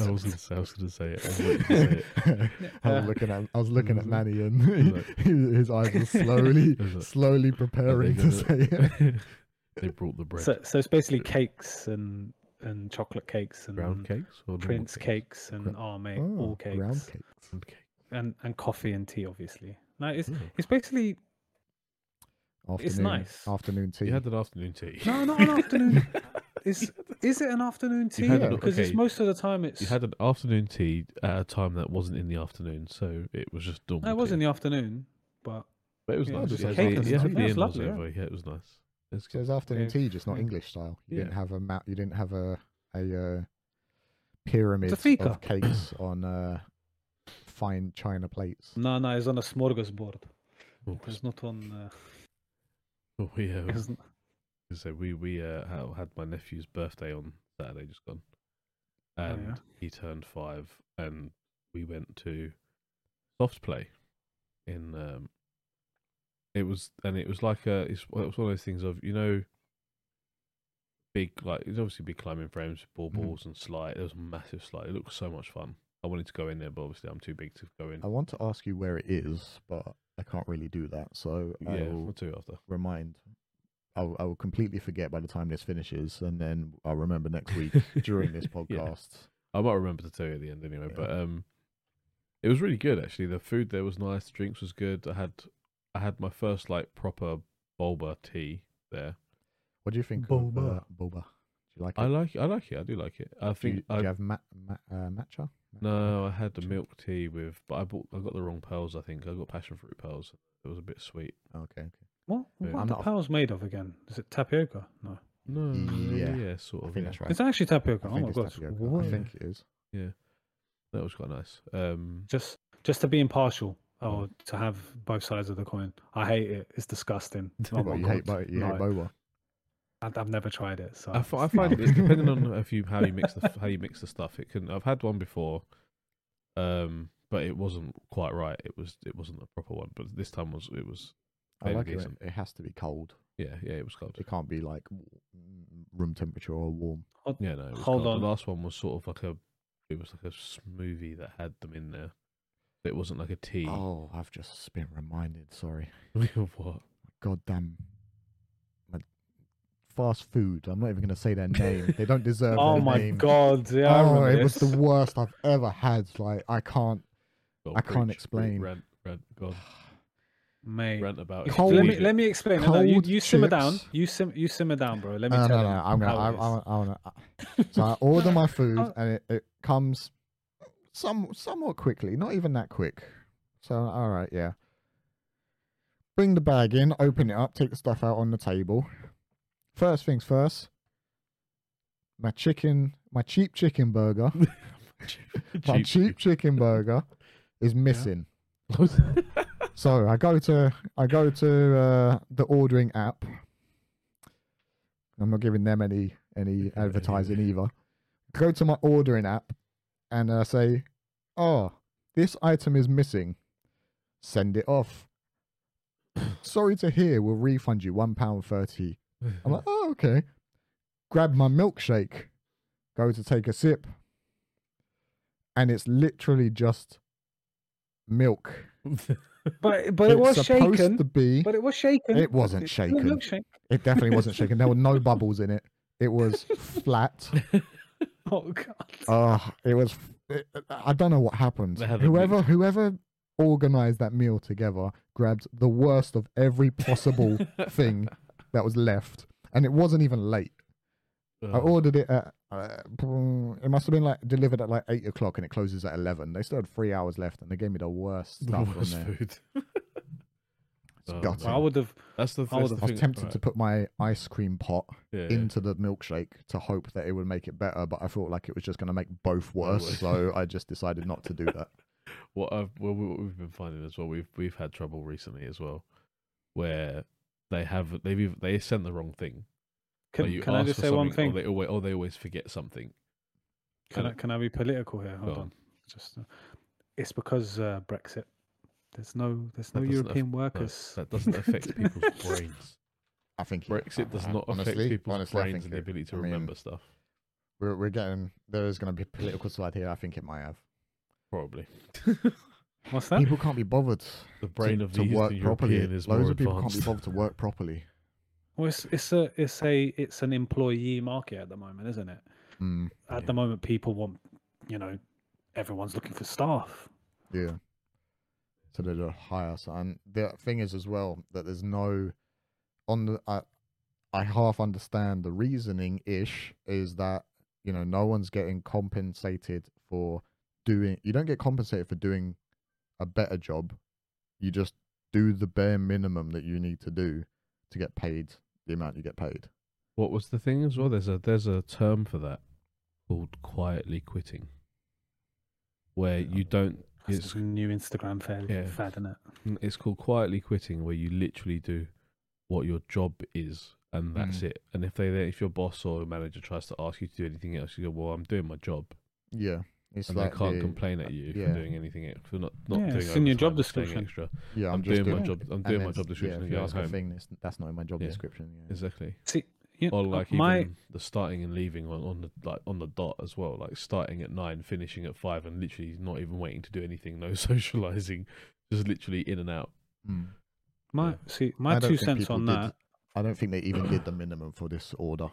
Speaker 3: I was gonna say, I was gonna say it. I was waiting to say it.
Speaker 1: I
Speaker 2: Uh,
Speaker 1: was looking at I was looking at
Speaker 3: Mhm.
Speaker 1: Manny and his, his eyes were slowly
Speaker 3: Is it-
Speaker 1: slowly
Speaker 3: are they
Speaker 1: preparing to say it.
Speaker 3: gonna- they brought the bread.
Speaker 2: So, so it's basically cakes and and chocolate cakes and
Speaker 3: round cakes or normal
Speaker 2: mm, prince
Speaker 3: cakes?
Speaker 2: cakes, and arme
Speaker 1: Oh,
Speaker 2: all
Speaker 1: round
Speaker 2: cakes
Speaker 1: cakes.
Speaker 3: Round cake.
Speaker 2: and and coffee and tea obviously. No, it's
Speaker 3: Oh.
Speaker 2: it's basically
Speaker 1: Afternoon,
Speaker 2: nice.
Speaker 1: Afternoon tea.
Speaker 3: You had an afternoon tea.
Speaker 2: no, not an afternoon. Is is it an afternoon tea?
Speaker 3: had
Speaker 1: an-
Speaker 2: Because
Speaker 3: okay,
Speaker 2: it's most of the time it's
Speaker 3: You had an afternoon tea at a time that wasn't in the afternoon, so it was just normal.
Speaker 2: no, it was
Speaker 3: tea.
Speaker 2: in the afternoon, but
Speaker 3: But it was
Speaker 2: yeah,
Speaker 3: nice.
Speaker 1: just
Speaker 3: You
Speaker 1: a
Speaker 3: had
Speaker 1: cake
Speaker 3: the-
Speaker 1: and
Speaker 3: you
Speaker 1: stuff.
Speaker 3: had the
Speaker 2: Yeah, it's
Speaker 3: in-laws
Speaker 2: lovely, yeah.
Speaker 3: over. Yeah, it was nice. It's
Speaker 1: So
Speaker 3: good.
Speaker 1: it's afternoon
Speaker 2: Yeah.
Speaker 1: tea, just not
Speaker 2: Yeah.
Speaker 1: English style. You didn't
Speaker 3: Yeah.
Speaker 1: have a map. You didn't have a a uh, pyramid
Speaker 2: fika.
Speaker 1: of cakes on uh, fine china plates.
Speaker 2: no, no, it's on a smorgasbord.
Speaker 3: Oh,
Speaker 2: It was not on.
Speaker 3: oh, yeah, I
Speaker 2: Uh,
Speaker 3: was
Speaker 2: it was, n-
Speaker 3: gonna say, we we uh, ha- had my nephew's birthday on Saturday, just gone,
Speaker 2: yeah.
Speaker 3: and he turned five, and we went to soft play in. Um, it was and it was like a it's, it was one of those things of you know. Big like it's obviously big climbing frames, ball
Speaker 1: Mhm.
Speaker 3: balls and slide. There was a massive slide. It looked so much fun. I wanted to go in there, but obviously I'm too big to go in.
Speaker 1: I want to ask you where it is, but I can't really do that. So
Speaker 3: yeah,
Speaker 1: I
Speaker 3: we'll
Speaker 1: will
Speaker 3: do it after.
Speaker 1: remind. I will, I will completely forget by the time this finishes, and then I'll remember next week during this
Speaker 3: Yeah.
Speaker 1: podcast.
Speaker 3: I might remember to tell you at the end anyway,
Speaker 1: Yeah.
Speaker 3: but um, it was really good actually. The food there was nice, drinks was good. I had I had my first like proper bulba tea there.
Speaker 1: What do you think of
Speaker 2: Boba.
Speaker 1: uh, boba? Do you like it?
Speaker 3: I like I like it. I do like it. I
Speaker 1: do you,
Speaker 3: think
Speaker 1: do
Speaker 3: I
Speaker 1: you have ma- ma- uh, matcha?
Speaker 3: no, I had the
Speaker 1: Matcha?
Speaker 3: milk tea with, but I bought I got the wrong pearls. I think I got passion fruit pearls. It was a bit sweet.
Speaker 1: Oh, Okay, okay.
Speaker 2: What?
Speaker 3: Yeah.
Speaker 2: What
Speaker 1: I'm
Speaker 2: are the
Speaker 1: not a-
Speaker 2: pearls made of again? Is it tapioca? No,
Speaker 3: No, yeah,
Speaker 1: Yeah.
Speaker 3: sort
Speaker 1: I
Speaker 3: of.
Speaker 1: think
Speaker 3: yeah.
Speaker 1: that's right.
Speaker 2: it's actually tapioca.
Speaker 1: I
Speaker 2: Oh
Speaker 1: think
Speaker 2: my
Speaker 1: it's
Speaker 2: god!
Speaker 1: tapioca.
Speaker 2: What?
Speaker 1: I think it is.
Speaker 3: That was quite nice. Um,
Speaker 2: Just just to be impartial
Speaker 3: Mm.
Speaker 2: or to have both sides of the coin. I hate it. It's disgusting. Oh
Speaker 1: Well,
Speaker 2: my
Speaker 1: you hate,
Speaker 2: god!
Speaker 1: bo- you hate
Speaker 2: No.
Speaker 1: boba.
Speaker 2: I- I've never tried it, so
Speaker 3: I, f- I
Speaker 2: it's-
Speaker 3: find
Speaker 1: Um,
Speaker 3: it depending on if you how you mix the f- how you mix the stuff. It can. I've had one before, um, but it wasn't quite right. It was it wasn't the proper one. But this time was it was
Speaker 1: I
Speaker 3: Maybe
Speaker 1: like it. when
Speaker 3: decent.
Speaker 1: It has to be cold.
Speaker 3: yeah yeah it was cold.
Speaker 1: It can't be like w- mm, room temperature or warm.
Speaker 3: Yeah no. It was
Speaker 2: Hold
Speaker 3: cold.
Speaker 2: on.
Speaker 3: The last one was sort of like a it was like a smoothie that had them in there. It wasn't like a tea.
Speaker 1: Oh, I've just been reminded. Sorry.
Speaker 3: Of what?
Speaker 1: Goddamn. My- Fast food. I'm not even going to say their name. they don't deserve.
Speaker 2: Oh
Speaker 1: their
Speaker 2: my
Speaker 1: name.
Speaker 2: god! Yeah, I
Speaker 1: Oh,
Speaker 2: remember
Speaker 1: it was the
Speaker 2: this.
Speaker 1: worst I've ever had. Like I can't.
Speaker 3: Go on,
Speaker 1: I can't
Speaker 3: preach, preach,
Speaker 1: explain.
Speaker 3: Rant rant go on,
Speaker 2: Mate,
Speaker 3: rant about it.
Speaker 1: Cold-
Speaker 2: let
Speaker 3: Leave
Speaker 2: me
Speaker 3: it.
Speaker 2: let me explain. No, no, you,
Speaker 1: cold
Speaker 2: you simmer down.
Speaker 1: chips.
Speaker 2: You sim you simmer down, bro. Let me
Speaker 1: No,
Speaker 2: tell
Speaker 1: no, no.
Speaker 2: you.
Speaker 1: I'm gonna.
Speaker 2: how
Speaker 1: I,
Speaker 2: it is.
Speaker 1: I, I wanna. uh, So I order my food
Speaker 2: Oh.
Speaker 1: and it, it comes some somewhat quickly, not even that quick. So all right, yeah. Bring the bag in, open it up, take the stuff out on the table. First things first, my chicken, my cheap chicken burger, my cheap chicken burger is missing. So I go to I go to uh, the ordering app. I'm not giving them any any advertising either. Go to my ordering app, and I say, "Oh, this item is missing. Send it off." Sorry to hear, we'll refund you one pound thirty. I'm like, "Oh, okay." Grab my milkshake. Go to take a sip, and it's literally just milk.
Speaker 2: But but it
Speaker 1: It's
Speaker 2: was
Speaker 1: supposed
Speaker 2: shaken.
Speaker 1: to be.
Speaker 2: But it was shaken.
Speaker 1: It wasn't
Speaker 2: It's still a
Speaker 1: shaken.
Speaker 2: milkshake.
Speaker 1: It definitely wasn't shaken. There were no bubbles in it. It was flat.
Speaker 2: Oh god.
Speaker 1: Uh, it was. It, I don't know what happened.
Speaker 3: They had a
Speaker 1: Whoever whoever organized that meal together grabbed the worst of every possible thing that was left, and it wasn't even late. I
Speaker 3: Oh,
Speaker 1: ordered it at. Uh, it must have been like delivered at like eight o'clock, and it closes at eleven. They still had three hours left, and they gave me the worst
Speaker 3: the
Speaker 1: stuff
Speaker 3: worst
Speaker 1: on there.
Speaker 3: food.
Speaker 1: It's
Speaker 3: Oh,
Speaker 1: gutting.
Speaker 2: I would have.
Speaker 3: That's the.
Speaker 2: I
Speaker 3: That's
Speaker 2: was-
Speaker 3: the
Speaker 1: I
Speaker 3: thing,
Speaker 1: was tempted
Speaker 3: right.
Speaker 1: to put my ice cream pot
Speaker 3: yeah, yeah.
Speaker 1: into the milkshake to hope that it would make it better, but I felt like it was just going to make both worse,
Speaker 3: way.
Speaker 1: so I just decided not to do that.
Speaker 3: what I've well, we- what we've been finding as well, we've we've had trouble recently as well, where they have they've ev- they send the wrong thing. Like,
Speaker 2: Can,
Speaker 3: you
Speaker 2: can I
Speaker 3: ask
Speaker 2: just
Speaker 3: for
Speaker 2: say one
Speaker 3: something,
Speaker 2: thing?
Speaker 3: Or they always, or they always forget something.
Speaker 2: Can I,
Speaker 3: and-
Speaker 2: can I be political here? Hold
Speaker 3: on.
Speaker 2: on. Just. Uh, it's because uh, Brexit. There's no there's
Speaker 3: That
Speaker 2: no
Speaker 3: doesn't aff-
Speaker 2: European
Speaker 3: No,
Speaker 2: workers.
Speaker 3: that doesn't affect people's brains.
Speaker 1: I think it-
Speaker 3: Brexit does
Speaker 1: I- I-
Speaker 3: not affect
Speaker 1: Uh, honestly-
Speaker 3: people's
Speaker 1: honestly, I
Speaker 3: brains
Speaker 1: think
Speaker 3: and the
Speaker 1: it-
Speaker 3: ability to
Speaker 1: I mean,
Speaker 3: remember stuff.
Speaker 1: We're we're getting there is going to be political side here. I think it might have.
Speaker 3: Probably.
Speaker 2: What's that?
Speaker 1: People can't be bothered
Speaker 3: The brain
Speaker 1: to,
Speaker 3: of
Speaker 1: to
Speaker 3: the
Speaker 1: work
Speaker 3: Eastern
Speaker 1: properly.
Speaker 3: European is
Speaker 1: Loads
Speaker 3: more
Speaker 1: of people can't
Speaker 3: advanced.
Speaker 1: be bothered to work properly.
Speaker 2: Well, it's it's a it's a it's an employee market at the moment, isn't it?
Speaker 1: Mm,
Speaker 2: At
Speaker 3: Yeah.
Speaker 2: the moment, people want, you know, everyone's looking for staff.
Speaker 1: yeah. So they don't hire. So and the thing is as well that there's no on the I I half understand the reasoning ish is that you know no one's getting compensated for doing. You don't get compensated for doing a better job. You just do the bare minimum that you need to do to get paid the amount you get paid.
Speaker 3: What was the thing as well? There's a there's a term for that called quietly quitting, where you don't.
Speaker 2: That's
Speaker 3: It's
Speaker 2: a new Instagram fad,
Speaker 3: yeah.
Speaker 2: fad isn't it?
Speaker 3: Mm, it's called quietly quitting, where you literally do what your job is, and that's
Speaker 1: Mm.
Speaker 3: it. And if they then- if your boss or manager tries to ask you to do anything else, you go, "Well, I'm doing my job,
Speaker 1: Yeah, it's
Speaker 3: and
Speaker 1: like
Speaker 3: they can't
Speaker 1: the- uh,
Speaker 3: complain at you
Speaker 1: yeah.
Speaker 3: for doing anything ex- for not not
Speaker 2: Yeah,
Speaker 3: doing
Speaker 2: it's in your job
Speaker 3: overtime, staying
Speaker 2: description.
Speaker 3: Extra.
Speaker 1: Yeah,
Speaker 3: I'm,
Speaker 1: I'm, just
Speaker 3: doing, my
Speaker 2: doing-
Speaker 3: job. I'm
Speaker 1: and
Speaker 3: doing
Speaker 1: then
Speaker 3: my
Speaker 1: it's-
Speaker 3: job description
Speaker 1: Yeah,
Speaker 3: and
Speaker 1: if you
Speaker 3: going
Speaker 1: ask for a
Speaker 3: home.
Speaker 1: thing, that's, that's not in my job
Speaker 3: Yeah.
Speaker 1: description. Yeah.
Speaker 3: Exactly.
Speaker 2: See, you
Speaker 3: Or
Speaker 2: uh,
Speaker 3: like
Speaker 2: my
Speaker 3: even the starting and leaving on, on the like on the dot as well, like starting at nine, finishing at five, and literally not even waiting to do anything, no socializing, just literally in and out.
Speaker 1: Mm.
Speaker 2: my
Speaker 3: yeah.
Speaker 2: see my
Speaker 1: I don't
Speaker 2: two
Speaker 1: think
Speaker 2: cents
Speaker 1: people
Speaker 2: on
Speaker 1: did
Speaker 2: that.
Speaker 1: I don't think they even did the minimum for this order.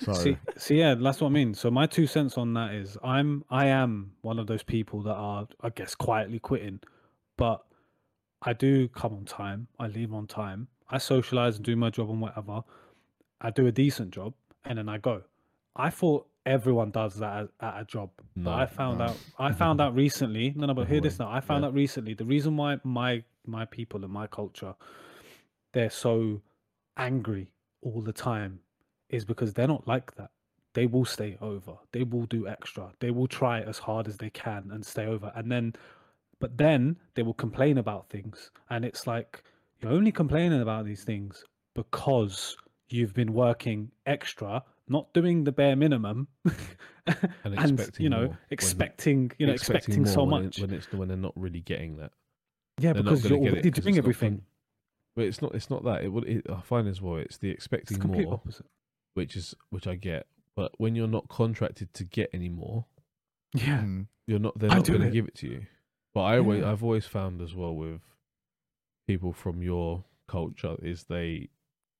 Speaker 1: So
Speaker 2: See, see, yeah, that's what I mean. So my two cents on that is, I'm, I am one of those people that are, I guess, quietly quitting, but I do come on time. I leave on time. I socialize and do my job and whatever. I do a decent job, and then I go. I thought everyone does that at, at a job, but I
Speaker 3: No,
Speaker 2: found
Speaker 1: no.
Speaker 2: out. I found out recently. No, no, but hear this now. I found
Speaker 1: Yeah.
Speaker 2: out recently the reason why my my people and my culture they're so angry all the time is because they're not like that. They will stay over. They will do extra. They will try as hard as they can and stay over. And then, but then they will complain about things. And it's like, you're only complaining about these things because you've been working extra, not doing the bare minimum. and, you
Speaker 3: expecting more
Speaker 2: know,
Speaker 3: when-
Speaker 2: expecting, you know, expecting,
Speaker 3: more
Speaker 2: so
Speaker 3: when it-
Speaker 2: much.
Speaker 3: when it's when they're not really getting that.
Speaker 2: yeah,
Speaker 3: They're not
Speaker 2: because
Speaker 3: gonna
Speaker 2: you're
Speaker 3: get it
Speaker 2: already
Speaker 3: 'cause it's
Speaker 2: doing
Speaker 3: not fun.
Speaker 2: everything.
Speaker 3: But it's not. It's not that. It, would- it I find as well. It's the
Speaker 2: It's the
Speaker 3: expecting
Speaker 2: complete
Speaker 3: more,
Speaker 2: opposite.
Speaker 3: which is which I get. But when you're not contracted to get any more,
Speaker 2: Yeah.
Speaker 1: mm,
Speaker 3: you're not they're
Speaker 2: I
Speaker 3: not
Speaker 2: do
Speaker 3: going to
Speaker 2: it.
Speaker 3: give it to you. But I always,
Speaker 2: Yeah.
Speaker 3: I've always found as well with people from your culture is they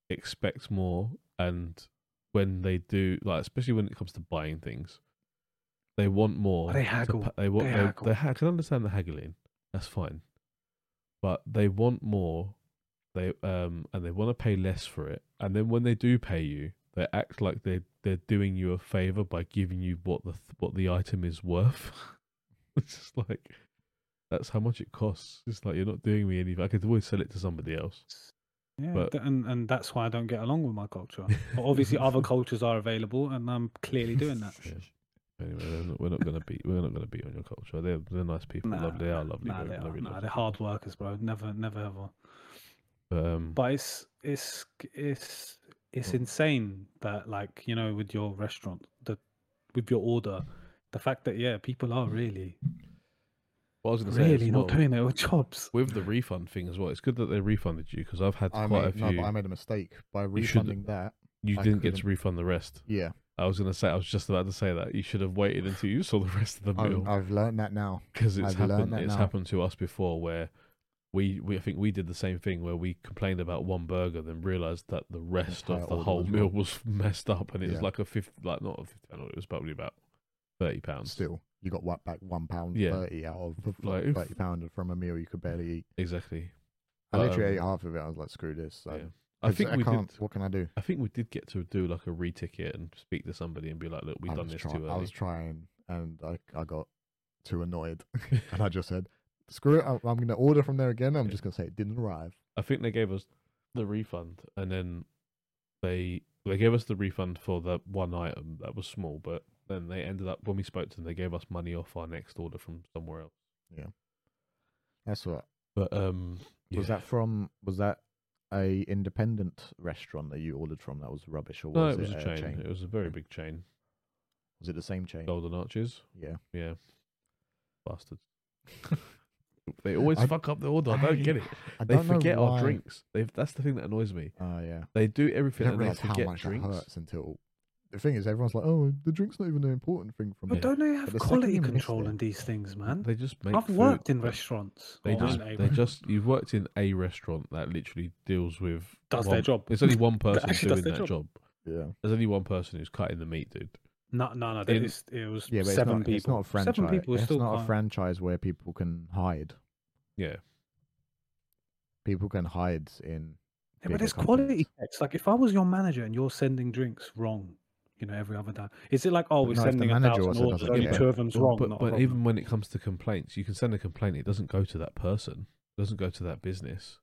Speaker 3: expect more, and when they do, like especially when it comes to buying things, they want more.
Speaker 2: They
Speaker 3: to
Speaker 2: haggle.
Speaker 3: pa- They want.
Speaker 2: They
Speaker 3: They,
Speaker 2: haggle.
Speaker 3: they ha- I can understand the haggling. That's fine, but they want more. They um and they want to pay less for it. And then when they do pay you, they act like they they're doing you a favor by giving you what the what the item is worth. it's just like that's how much it costs. It's like you're not doing me any. I could always sell it to somebody else.
Speaker 2: Yeah,
Speaker 3: Hmm. But-
Speaker 2: th- and and that's why I don't get along with my culture. But obviously, other cultures are available, and I'm clearly doing that.
Speaker 3: Yeah. Anyway, they're not- we're not gonna be we're not gonna beat on your culture. They're they're nice people.
Speaker 2: Nah,
Speaker 3: lovely, they are lovely.
Speaker 2: Nah,
Speaker 3: very-
Speaker 2: they are,
Speaker 3: very
Speaker 2: nah,
Speaker 3: lovely
Speaker 2: they're
Speaker 3: people.
Speaker 2: hard workers, bro. Never, never ever.
Speaker 3: But, um,
Speaker 2: But it's it's it's it's
Speaker 1: Mm.
Speaker 2: insane that like you know with your restaurant the with your order, the fact that yeah people are really
Speaker 3: what I was gonna say
Speaker 2: really
Speaker 3: as
Speaker 2: not
Speaker 3: well,
Speaker 2: doing their jobs.
Speaker 3: with the refund thing as well. It's good that they refunded you because I've had
Speaker 1: I
Speaker 3: quite a
Speaker 1: made
Speaker 3: few.
Speaker 1: no, but I made a mistake by
Speaker 3: should-
Speaker 1: refunding that.
Speaker 3: you
Speaker 1: I
Speaker 3: didn't get to
Speaker 1: couldn't-
Speaker 3: refund the rest.
Speaker 1: Yeah,
Speaker 3: I was gonna say I was just about to say that you should have waited until you saw the rest of the meal.
Speaker 1: I've, I've learned that now.
Speaker 3: because it's
Speaker 1: Oh, I've learned
Speaker 3: happened.
Speaker 1: that
Speaker 3: It's
Speaker 1: now.
Speaker 3: happened to us before where we, we I think we did the same thing where we complained about one burger, then realized that the rest
Speaker 1: Entire
Speaker 3: of the
Speaker 1: order
Speaker 3: whole
Speaker 1: was
Speaker 3: meal
Speaker 1: wrong.
Speaker 3: was messed up, and it was
Speaker 1: Yeah.
Speaker 3: like a fifth, like not a fifty pound, it was probably about thirty pounds.
Speaker 1: Still, you got whacked back one pound
Speaker 3: Yeah.
Speaker 1: thirty out of f-
Speaker 3: Like, if-
Speaker 1: thirty pound from a meal you could barely eat.
Speaker 3: exactly.
Speaker 1: I
Speaker 3: But,
Speaker 1: literally
Speaker 3: um,
Speaker 1: ate half of it. I was like, screw this. So.
Speaker 3: yeah. I think we
Speaker 1: can't.
Speaker 3: did.
Speaker 1: What can I do?
Speaker 3: I think we did get to do like a reticket and speak to somebody and be like, "Look, we've
Speaker 1: I
Speaker 3: done
Speaker 1: was
Speaker 3: this
Speaker 1: try-
Speaker 3: too early."
Speaker 1: I was trying, and I I got too annoyed, and I just said, screw it. I, I'm going to order from there again. I'm
Speaker 3: Yeah.
Speaker 1: just going to say it didn't arrive.
Speaker 3: I think they gave us the refund, and then they they gave us the refund for the one item that was small, but then they ended up when we spoke to them, they gave us money off our next order from somewhere else.
Speaker 1: That's what
Speaker 3: But um,
Speaker 1: Was
Speaker 3: yeah.
Speaker 1: that from? Was that a independent restaurant that you ordered from that was rubbish, or was
Speaker 3: no? It was a chain.
Speaker 1: chain?
Speaker 3: It Oh. was a very big chain,
Speaker 1: Was it the same chain?
Speaker 3: Golden Arches.
Speaker 1: Yeah.
Speaker 3: Yeah, bastards. they always
Speaker 1: I-
Speaker 3: fuck up the order. I don't
Speaker 1: I-
Speaker 3: get it.
Speaker 1: I
Speaker 3: They
Speaker 1: don't know
Speaker 3: forget
Speaker 1: why-
Speaker 3: our drinks. They that's the thing that annoys me.
Speaker 1: Oh yeah.
Speaker 3: They do
Speaker 1: I
Speaker 3: everything
Speaker 1: don't
Speaker 3: and they
Speaker 1: realize how
Speaker 3: forget
Speaker 1: much that
Speaker 3: drinks.
Speaker 1: hurts until the thing is, everyone's like, "Oh, the drink's not even an important thing for
Speaker 2: But
Speaker 1: me."
Speaker 2: don't they have
Speaker 1: the second
Speaker 2: quality
Speaker 1: you miss
Speaker 2: control
Speaker 1: it-
Speaker 2: in these things, man?
Speaker 3: They just make.
Speaker 2: I've
Speaker 3: food
Speaker 2: worked in
Speaker 3: that-
Speaker 2: restaurants.
Speaker 3: They
Speaker 2: or
Speaker 3: just,
Speaker 2: in a-
Speaker 3: they just. You've worked in a restaurant that literally deals with
Speaker 2: Does
Speaker 3: one-
Speaker 2: their job.
Speaker 3: There's only one person
Speaker 2: actually
Speaker 3: doing
Speaker 2: does
Speaker 3: that
Speaker 2: their
Speaker 3: job.
Speaker 2: job.
Speaker 1: Yeah,
Speaker 3: There's only one person who's cutting the meat, dude.
Speaker 2: No, no, no.
Speaker 3: In-
Speaker 2: They just, it was
Speaker 1: yeah, but it's not,
Speaker 2: seven people.
Speaker 1: It's not a franchise.
Speaker 2: Seven people
Speaker 1: it's
Speaker 2: still
Speaker 1: not
Speaker 2: can't-
Speaker 1: a franchise where people can hide.
Speaker 3: Yeah,
Speaker 1: People can hide in.
Speaker 2: Yeah, but
Speaker 1: bigger
Speaker 2: it's quality
Speaker 1: companies.
Speaker 2: checks. Like, if I was your manager and you're sending drinks wrong, you know, every other day, is it like, oh,
Speaker 1: But
Speaker 2: we're
Speaker 1: no, if the
Speaker 2: sending a
Speaker 1: manager
Speaker 2: thousand
Speaker 1: also
Speaker 2: orders,
Speaker 1: doesn't
Speaker 2: only
Speaker 3: care.
Speaker 2: two of them's
Speaker 3: Well,
Speaker 2: wrong?
Speaker 3: but,
Speaker 2: not a
Speaker 3: but
Speaker 2: problem.
Speaker 3: even when it comes to complaints, you can send a complaint. It doesn't go to that person. It doesn't go to that business.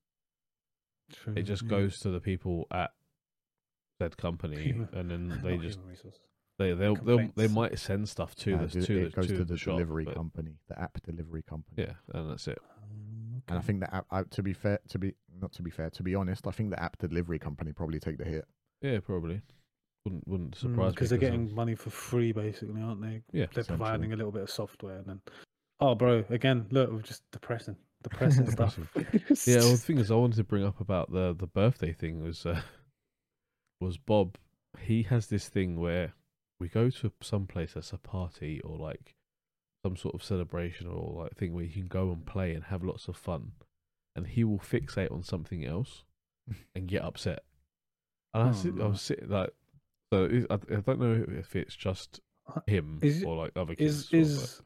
Speaker 2: True,
Speaker 3: It just
Speaker 2: Mm, yeah.
Speaker 3: goes to the people at that company,
Speaker 2: Human-
Speaker 3: and then they
Speaker 2: Not
Speaker 3: just
Speaker 2: human resources.
Speaker 3: they they'll, they'll they
Speaker 2: complaints.
Speaker 3: might send stuff to
Speaker 1: No,
Speaker 3: the
Speaker 1: uh, it-
Speaker 3: to the
Speaker 1: it goes
Speaker 3: to,
Speaker 1: to
Speaker 3: the,
Speaker 1: the
Speaker 3: shop,
Speaker 1: delivery
Speaker 3: but-
Speaker 1: company, the app delivery company.
Speaker 3: Yeah, and that's it. Mm,
Speaker 2: Um,
Speaker 1: And I
Speaker 2: okay.
Speaker 1: think the app, I, to be fair, to be not to be fair, to be honest, I think the app delivery company probably take the hit.
Speaker 3: Yeah, probably. Wouldn't wouldn't
Speaker 2: Mm,
Speaker 3: surprise me
Speaker 2: because they're
Speaker 3: um,
Speaker 2: getting money for free, basically, aren't they?
Speaker 3: yeah.
Speaker 2: They're
Speaker 1: Essentially.
Speaker 2: providing a little bit of software, and then, oh, bro, again, look, we're just depressing, depressing stuff.
Speaker 3: Yeah, well, the thing is, I wanted to bring up about the the birthday thing was uh, was Bob. He has this thing where we go to some place that's a party or like some sort of celebration or like thing where you can go and play and have lots of fun, and he will fixate on something else and get upset. And I, sit, I
Speaker 2: Oh.
Speaker 3: was sitting like, so it- I, I don't know if it's just him
Speaker 2: Uh, Is-
Speaker 3: or like other kids.
Speaker 2: is
Speaker 3: or-
Speaker 2: is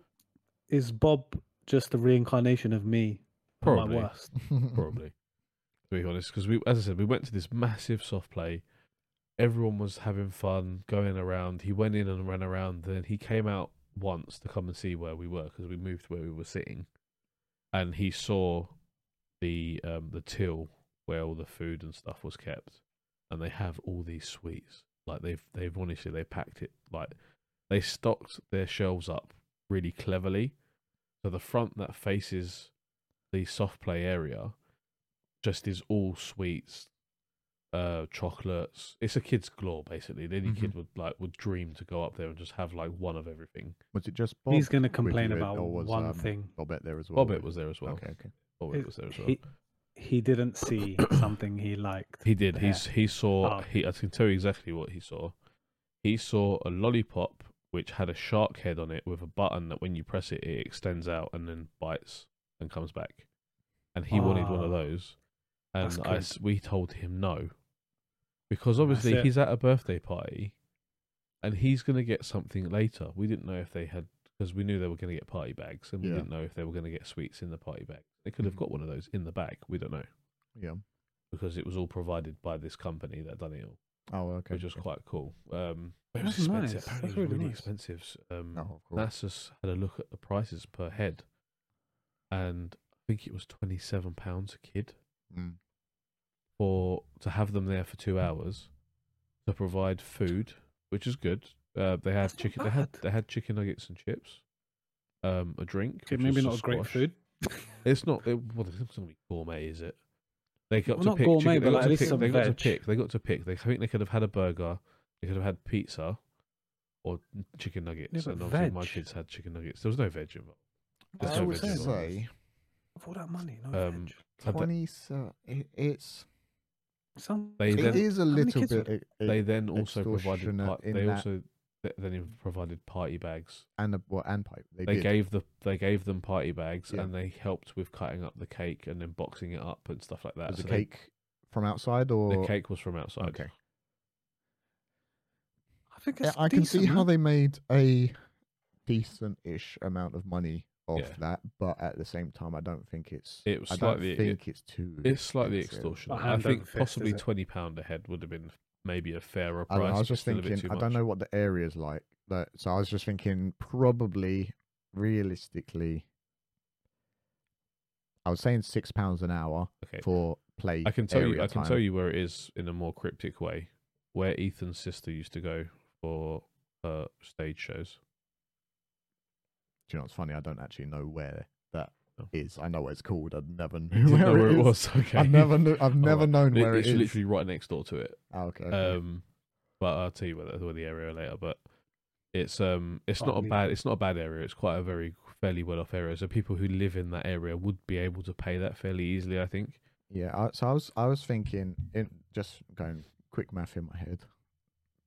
Speaker 2: is Bob just the reincarnation of me? at
Speaker 3: Probably.
Speaker 2: my worst.
Speaker 3: probably. to be honest, because we, as I said, we went to this massive soft play. Everyone was having fun, going around. He went in and ran around. Then he came out once to come and see where we were because we moved where we were sitting, and he saw the um, the till where all the food and stuff was kept, and they have all these sweets. Like they've they've honestly they packed it like they stocked their shelves up really cleverly. So the front that faces the soft play area just is all sweets, uh, chocolates. It's a kid's glory basically. Any
Speaker 1: Mhm.
Speaker 3: kid would like would dream to go up there and just have like one of everything.
Speaker 1: Was it just Bob?
Speaker 2: He's going to
Speaker 1: with
Speaker 2: complain
Speaker 1: you in-
Speaker 2: about
Speaker 1: or was,
Speaker 2: one
Speaker 1: um,
Speaker 2: thing.
Speaker 1: Bobbett there as well.
Speaker 3: Bobbit was there as well.
Speaker 1: Okay, okay.
Speaker 3: Bobbit
Speaker 2: Is-
Speaker 3: was there as well.
Speaker 2: He, he didn't see something he liked.
Speaker 3: He did.
Speaker 2: there.
Speaker 3: He's he saw.
Speaker 2: Oh.
Speaker 3: He I can tell you exactly what he saw. He saw a lollipop which had a shark head on it with a button that when you press it, it extends out and then bites and comes back. And he wanted one of
Speaker 2: Ah,
Speaker 3: those. And
Speaker 2: that's
Speaker 3: I
Speaker 2: good.
Speaker 3: s we told him no, because
Speaker 2: That's
Speaker 3: obviously
Speaker 2: it.
Speaker 3: he's at a birthday party, and he's gonna get something later. We didn't know if they had because we knew they were gonna get party bags, and we
Speaker 1: Yeah.
Speaker 3: didn't know if they were gonna get sweets in the party bag. They could have
Speaker 1: Mhm.
Speaker 3: got one of those in the bag. We don't know
Speaker 1: Yeah.
Speaker 3: because it was all provided by this company that done it all,
Speaker 1: Oh, okay.
Speaker 3: which was
Speaker 1: okay.
Speaker 3: quite cool. Um, but it was
Speaker 2: That's
Speaker 3: expensive.
Speaker 2: nice.
Speaker 3: Apparently
Speaker 2: That's
Speaker 3: it was
Speaker 2: really
Speaker 3: really
Speaker 2: nice.
Speaker 3: expensive. S- Um,
Speaker 1: No, of course.
Speaker 3: NASA's had a look at the prices per head, and I think it was twenty seven pounds a kid
Speaker 1: Mm.
Speaker 3: for to have them there for
Speaker 2: Mm.
Speaker 3: two hours to provide food, which is good. Uh, they had
Speaker 2: That's not
Speaker 3: chicken. They had
Speaker 2: bad.
Speaker 3: they had chicken nuggets and chips, um, a drink.
Speaker 2: Okay,
Speaker 3: which
Speaker 2: maybe
Speaker 3: was
Speaker 2: not a great
Speaker 3: squash.
Speaker 2: food.
Speaker 3: It's not. It, well, it's not going to be gourmet, is it? They got
Speaker 2: Well,
Speaker 3: to
Speaker 2: not
Speaker 3: pick.
Speaker 2: gourmet,
Speaker 3: chicken-
Speaker 2: but
Speaker 3: they
Speaker 2: like
Speaker 3: got,
Speaker 2: at
Speaker 3: to,
Speaker 2: least
Speaker 3: pick,
Speaker 2: some
Speaker 3: they got to
Speaker 2: veg.
Speaker 3: pick. They got to pick. They I think they could have had a burger. They could have had pizza, or chicken nuggets.
Speaker 2: but
Speaker 3: and obviously, my
Speaker 2: veg.
Speaker 3: kids had chicken nuggets. There was no veg involved. There's
Speaker 1: I
Speaker 3: no
Speaker 1: would
Speaker 3: veg involved.
Speaker 1: say
Speaker 2: For that money, no
Speaker 3: Um,
Speaker 2: veg.
Speaker 3: And th-
Speaker 1: twenty. So it, it's
Speaker 2: Some-
Speaker 3: They
Speaker 1: it
Speaker 3: then-
Speaker 1: is a
Speaker 2: many
Speaker 1: little
Speaker 2: kids were-
Speaker 1: bit. It, it,
Speaker 3: They then also provided.
Speaker 1: extortionate
Speaker 3: par-
Speaker 1: in
Speaker 3: They
Speaker 1: that-
Speaker 3: also th- then even provided party bags.
Speaker 1: and a, well, and pipe. They,
Speaker 3: They
Speaker 1: did.
Speaker 3: gave the they gave them party bags
Speaker 1: Yeah.
Speaker 3: and they helped with cutting up the cake and then boxing it up and stuff like that.
Speaker 1: was
Speaker 3: So
Speaker 1: the
Speaker 3: they-
Speaker 1: cake from outside or
Speaker 3: the cake was from outside.
Speaker 1: Okay.
Speaker 2: I think
Speaker 1: Yeah,
Speaker 2: it's
Speaker 1: I can see
Speaker 2: decent,
Speaker 1: how
Speaker 2: man.
Speaker 1: they made a decent-ish amount of money off
Speaker 3: Yeah.
Speaker 1: that, but at the same time, I don't think it's.
Speaker 3: It was
Speaker 1: I
Speaker 3: slightly- it-
Speaker 1: don't think it's too.
Speaker 3: It's slightly
Speaker 1: expensive.
Speaker 3: extortionate. I
Speaker 2: hand
Speaker 3: think
Speaker 2: over fist,
Speaker 3: possibly
Speaker 2: is it?
Speaker 3: twenty pound a head would have been maybe a fairer
Speaker 1: I, don't
Speaker 3: price.
Speaker 1: know, I was
Speaker 3: but
Speaker 1: just
Speaker 3: still a bit
Speaker 1: thinking.
Speaker 3: too
Speaker 1: I don't
Speaker 3: much.
Speaker 1: know what the area's like, but, so I was just thinking. Probably, realistically, I was saying six pounds an hour
Speaker 3: Okay,
Speaker 1: for play.
Speaker 3: Eh, I can tell you.
Speaker 1: area
Speaker 3: I can
Speaker 1: time.
Speaker 3: tell you where it is in a more cryptic way, where Ethan's sister used to go for uh, stage shows.
Speaker 1: Do you know what's funny? I don't actually know where that is.
Speaker 3: Oh.
Speaker 1: I know what it's called. I never
Speaker 3: You
Speaker 1: knew
Speaker 3: didn't
Speaker 1: where,
Speaker 3: know where it
Speaker 1: is.
Speaker 3: was. Okay,
Speaker 1: I never knew. I've never
Speaker 3: Alright.
Speaker 1: known
Speaker 3: Li-
Speaker 1: where
Speaker 3: it's
Speaker 1: it is.
Speaker 3: literally right next door to it.
Speaker 1: Ah, okay. okay.
Speaker 3: Um, but I'll tell you where the, where the area later. But it's um, it's
Speaker 2: Oh,
Speaker 3: not a
Speaker 2: me
Speaker 3: bad, it's not a bad area. It's quite a very fairly well off area. So people who live in that area would be able to pay that fairly easily. I think.
Speaker 1: Yeah, I, so I was I was thinking in just going quick math in my head.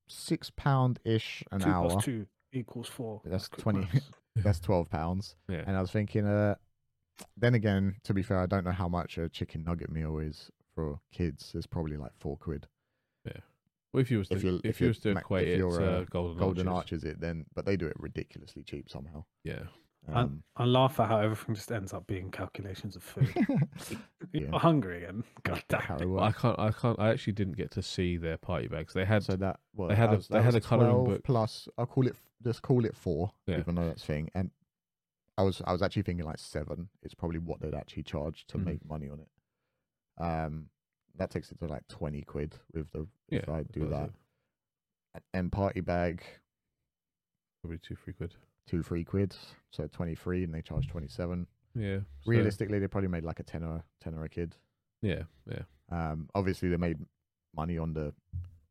Speaker 1: six pound ish an
Speaker 2: two
Speaker 1: hour.
Speaker 2: plus two equals four.
Speaker 1: That's
Speaker 2: Quick
Speaker 1: 20.
Speaker 2: maths.
Speaker 1: That's twelve pounds.
Speaker 3: Yeah.
Speaker 1: And I was thinking, uh, then again, to be fair, I don't know how much a chicken nugget meal is for kids. It's probably like four quid.
Speaker 3: Well, if you was to
Speaker 1: if
Speaker 3: if
Speaker 1: you-
Speaker 3: you,
Speaker 1: if
Speaker 3: if you
Speaker 1: you
Speaker 3: was to
Speaker 1: ma- if
Speaker 3: equate it
Speaker 1: you're,
Speaker 3: to
Speaker 1: uh,
Speaker 3: golden,
Speaker 1: Golden
Speaker 3: arches,
Speaker 1: Arches, it then, but they do it ridiculously cheap somehow.
Speaker 3: yeah,
Speaker 2: I-
Speaker 1: Um,
Speaker 2: I laugh at how everything just ends up being calculations of food.
Speaker 1: Yeah.
Speaker 2: You're hungry again. God damn.
Speaker 1: how
Speaker 2: it.
Speaker 1: it
Speaker 3: Well, I
Speaker 1: works.
Speaker 3: can't, I can't, I actually didn't get to see their party bags. They had
Speaker 1: So that well,
Speaker 3: had
Speaker 1: that
Speaker 3: a-
Speaker 1: was,
Speaker 3: they
Speaker 1: that
Speaker 3: had
Speaker 1: was
Speaker 3: a colouring
Speaker 1: 12
Speaker 3: book.
Speaker 1: plus. I'll call it just call it four,
Speaker 3: Yeah.
Speaker 1: even though that's thing. And I was I was actually thinking like seven. It's probably what they'd actually charge to
Speaker 3: Mhm.
Speaker 1: make money on it. Um, that takes it to like twenty quid with the if
Speaker 3: Yeah,
Speaker 1: I
Speaker 3: that
Speaker 1: do
Speaker 3: was
Speaker 1: that.
Speaker 3: it.
Speaker 1: And- And party bag
Speaker 3: probably two three quid.
Speaker 1: two three quid, so twenty three, and they charge twenty seven.
Speaker 3: Yeah, so-
Speaker 1: Realistically, they probably made like a tenner tenner a kid.
Speaker 3: Yeah, yeah,
Speaker 1: Um, obviously they made money on the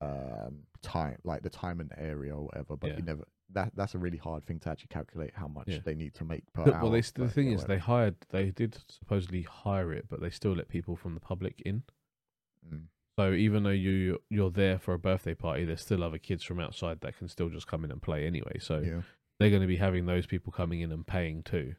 Speaker 1: um time, like the time and area or whatever, but
Speaker 3: Yeah.
Speaker 1: you never that that's a really hard thing to actually calculate how much
Speaker 3: Yeah.
Speaker 1: they need to make per
Speaker 3: But-
Speaker 1: hour.
Speaker 3: well, they, s- the
Speaker 1: but
Speaker 3: thing
Speaker 1: yeah,
Speaker 3: is, they
Speaker 1: whatever.
Speaker 3: hired, they did supposedly hire it, but they still let people from the public in.
Speaker 1: Mm.
Speaker 3: So even though you you're there for a birthday party, there's still other kids from outside that can still just come in and play anyway. So
Speaker 1: yeah.
Speaker 3: they're going to be having those people coming in and paying too.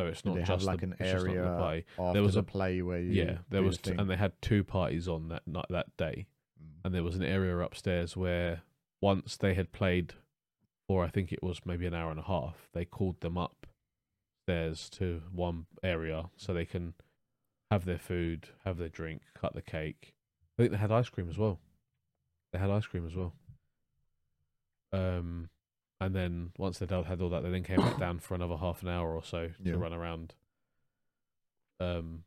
Speaker 3: So it's
Speaker 1: Do
Speaker 3: not
Speaker 1: they
Speaker 3: just
Speaker 1: have like
Speaker 3: the,
Speaker 1: an
Speaker 3: it's just not the
Speaker 1: area
Speaker 3: party.
Speaker 1: After
Speaker 3: was
Speaker 1: the
Speaker 3: a-
Speaker 1: play where you
Speaker 3: Yeah, there
Speaker 1: do
Speaker 3: was,
Speaker 1: the
Speaker 3: t-
Speaker 1: thing.
Speaker 3: and they had two parties on that night that day.
Speaker 1: Mm.
Speaker 3: and there was an area upstairs where once they had played for I think it was maybe an hour and a half, they called them up upstairs to one area so they can have their food, have their drink, cut the cake. I think they had ice cream as well. They had ice cream as well. Um, and then once they'd had all that, they then came back down for another half an hour or so
Speaker 1: Yeah.
Speaker 3: to run around. Um,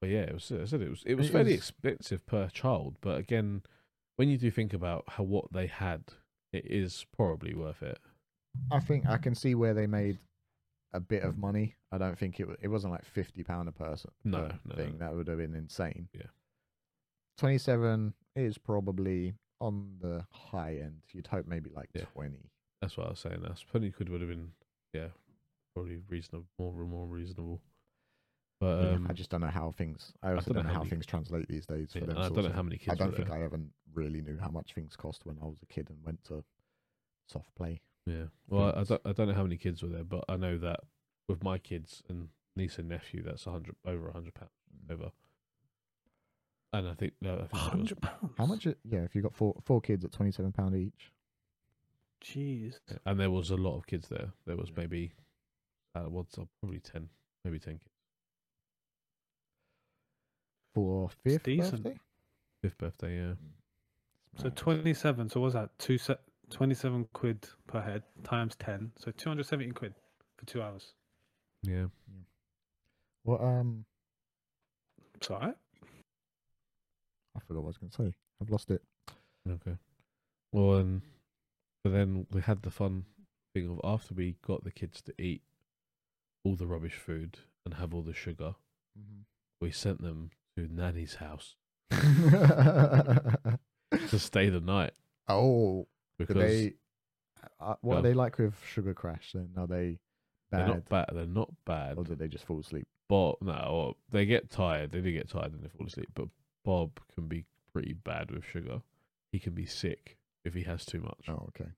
Speaker 3: but yeah, it was. I said it was. It was
Speaker 1: It
Speaker 3: fairly
Speaker 1: is-
Speaker 3: expensive per child, but again, when you do think about how what they had, it is probably worth it.
Speaker 1: I think I can see where they made a bit of money. I don't think it wa- it wasn't like fifty pound a person.
Speaker 3: No,
Speaker 1: per
Speaker 3: no, no,
Speaker 1: thing
Speaker 3: no.
Speaker 1: that would have been insane.
Speaker 3: Yeah.
Speaker 1: twenty seven is probably on the high end. You'd hope maybe like
Speaker 3: Yeah.
Speaker 1: twenty.
Speaker 3: That's what I was saying. That's twenty quid would have been, yeah, probably reasonable, more more reasonable. But
Speaker 1: Yeah,
Speaker 3: um,
Speaker 1: I just don't know how things. I also
Speaker 3: don't know
Speaker 1: don't, know
Speaker 3: how
Speaker 1: how
Speaker 3: many-
Speaker 1: things translate these days. For
Speaker 3: yeah,
Speaker 1: them
Speaker 3: and I
Speaker 1: sorts
Speaker 3: don't know
Speaker 1: of-
Speaker 3: how many kids.
Speaker 1: I don't
Speaker 3: were
Speaker 1: think
Speaker 3: there.
Speaker 1: I ever really knew how much things cost when I was a kid and went to soft play.
Speaker 3: Yeah. Well, I
Speaker 1: it's-
Speaker 3: don't, I don't know how many kids were there, but I know that with my kids and niece and nephew, that's a hundred over a hundred pounds over. And I think, no, I think that was,
Speaker 2: hundred pounds.
Speaker 1: How much? It, yeah, if you got four four kids at twenty seven pound each.
Speaker 2: Jeez.
Speaker 3: and there was a lot of kids there. There was maybe, uh, what's up, probably ten, maybe ten kids.
Speaker 1: For fifth
Speaker 2: decent.
Speaker 1: birthday.
Speaker 3: Fifth birthday, yeah.
Speaker 2: So
Speaker 1: Right.
Speaker 2: twenty-seven. So what's that? Two se- twenty-seven quid per head times ten. So two hundred seventy quid for two hours.
Speaker 1: Mm.
Speaker 3: Yeah.
Speaker 1: What? Um,
Speaker 2: It's all right.
Speaker 1: I forgot what I was going to say. I've lost it.
Speaker 3: Okay. Well, and but then we had the fun thing of after we got the kids to eat all the rubbish food and have all the sugar, Mm-hmm. we sent them to Nanny's house to stay the night
Speaker 1: oh, do
Speaker 3: because
Speaker 1: they? Uh, what
Speaker 3: Go
Speaker 1: are
Speaker 3: on.
Speaker 1: they like with Sugar Crash? Then are they
Speaker 3: they're
Speaker 1: bad,
Speaker 3: not bad. They're not bad.
Speaker 1: or did they just fall asleep?
Speaker 3: Bob, no, well, they get tired. They do get tired and they fall asleep. But Bob can be pretty bad with sugar. He can be sick if he has too much.
Speaker 1: Oh, okay.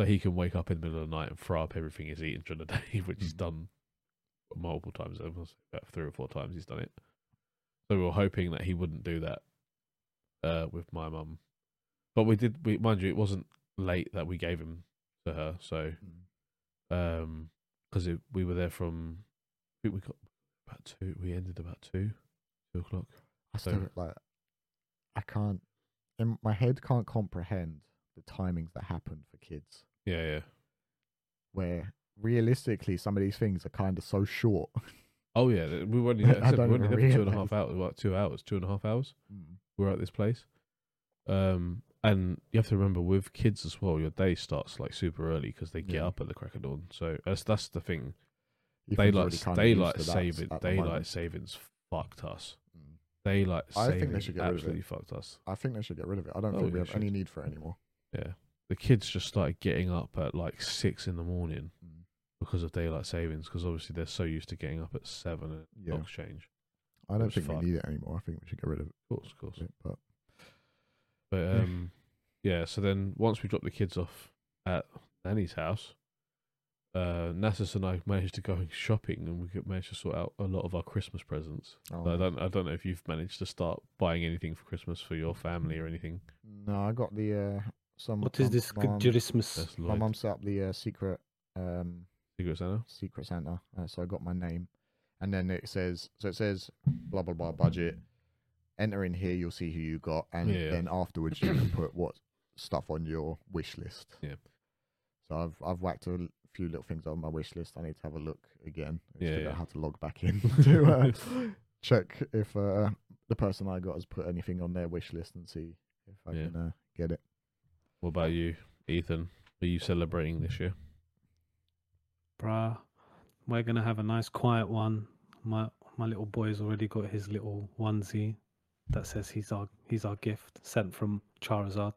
Speaker 3: So he can wake up in the middle of the night and throw up everything he's eaten during the day, which he's
Speaker 1: Mm.
Speaker 3: done multiple times. I must say About three or four times he's done it. So we were hoping that he wouldn't do that uh, with my mum. But we did, we, mind you, it wasn't late that we gave him to her. So
Speaker 1: Mm.
Speaker 3: um because we were there from I think we got about two we ended about two two o'clock
Speaker 1: I
Speaker 3: So-
Speaker 1: still like I can't in my head can't comprehend the timings that happen for kids
Speaker 3: yeah yeah
Speaker 1: where realistically some of these things are kind of so short.
Speaker 3: oh yeah th- we were only
Speaker 1: I
Speaker 3: there, I said, we
Speaker 1: don't
Speaker 3: were only
Speaker 1: even
Speaker 3: there for two and a
Speaker 1: realise.
Speaker 3: half hours what two hours two and a half hours
Speaker 1: Mm.
Speaker 3: we were at this place um and you have to remember with kids as well your day starts like super early because they get
Speaker 1: Yeah.
Speaker 3: up at the crack of dawn so that's that's the thing
Speaker 1: Ethan's already
Speaker 3: daylight
Speaker 1: kinda
Speaker 3: daylight
Speaker 1: used to that
Speaker 3: saving
Speaker 1: at the
Speaker 3: daylight
Speaker 1: moment.
Speaker 3: savings fucked us
Speaker 1: Mm.
Speaker 3: daylight
Speaker 1: I
Speaker 3: saving
Speaker 1: think they should get rid of it.
Speaker 3: absolutely fucked us
Speaker 1: I think they should get rid of it. I don't
Speaker 3: Oh,
Speaker 1: think
Speaker 3: yeah,
Speaker 1: we have
Speaker 3: should.
Speaker 1: any need for it anymore.
Speaker 3: yeah the kids just started getting up at like six in the morning
Speaker 1: Mm.
Speaker 3: because of daylight savings because obviously they're so used to getting up at seven and
Speaker 1: Yeah.
Speaker 3: clocks change.
Speaker 1: I don't
Speaker 3: was
Speaker 1: think
Speaker 3: fun.
Speaker 1: we need it anymore. I think we should get rid of
Speaker 3: Of course, of course.
Speaker 1: it. But
Speaker 3: But um, yeah, so then once we dropped the kids off at Nanny's house, uh, Nassus and I managed to go shopping, and we could manage to sort out a lot of our Christmas presents.
Speaker 1: Oh,
Speaker 3: I
Speaker 1: nice.
Speaker 3: don't, I don't know if you've managed to start buying anything for Christmas for your family or anything.
Speaker 1: No, I got the uh, some.
Speaker 2: What is
Speaker 1: um,
Speaker 2: this
Speaker 1: My mum-
Speaker 2: Christmas?
Speaker 3: That's
Speaker 1: my
Speaker 3: Lloyd.
Speaker 1: mum set up the uh, secret um
Speaker 3: Secret Santa.
Speaker 1: secret Santa, uh, so I got my name, and then it says so it says blah blah blah budget. Enter in here, you'll see who you got, and
Speaker 3: Yeah.
Speaker 1: then afterwards you can put what stuff on your wish list.
Speaker 3: Yeah.
Speaker 1: So I've I've whacked a l- few little things on my wish list. I need to have a look again. I
Speaker 3: Yeah,
Speaker 1: still don't
Speaker 3: yeah.
Speaker 1: have to log back in to uh, check if uh, the person I got has put anything on their wish list and see if I
Speaker 3: Yeah.
Speaker 1: can uh, get it.
Speaker 3: What about you, Ethan? Are you celebrating this year?
Speaker 2: Bruh, we're gonna have a nice quiet one. My my little boy's already got his little onesie that says he's our he's our gift sent from Charizard.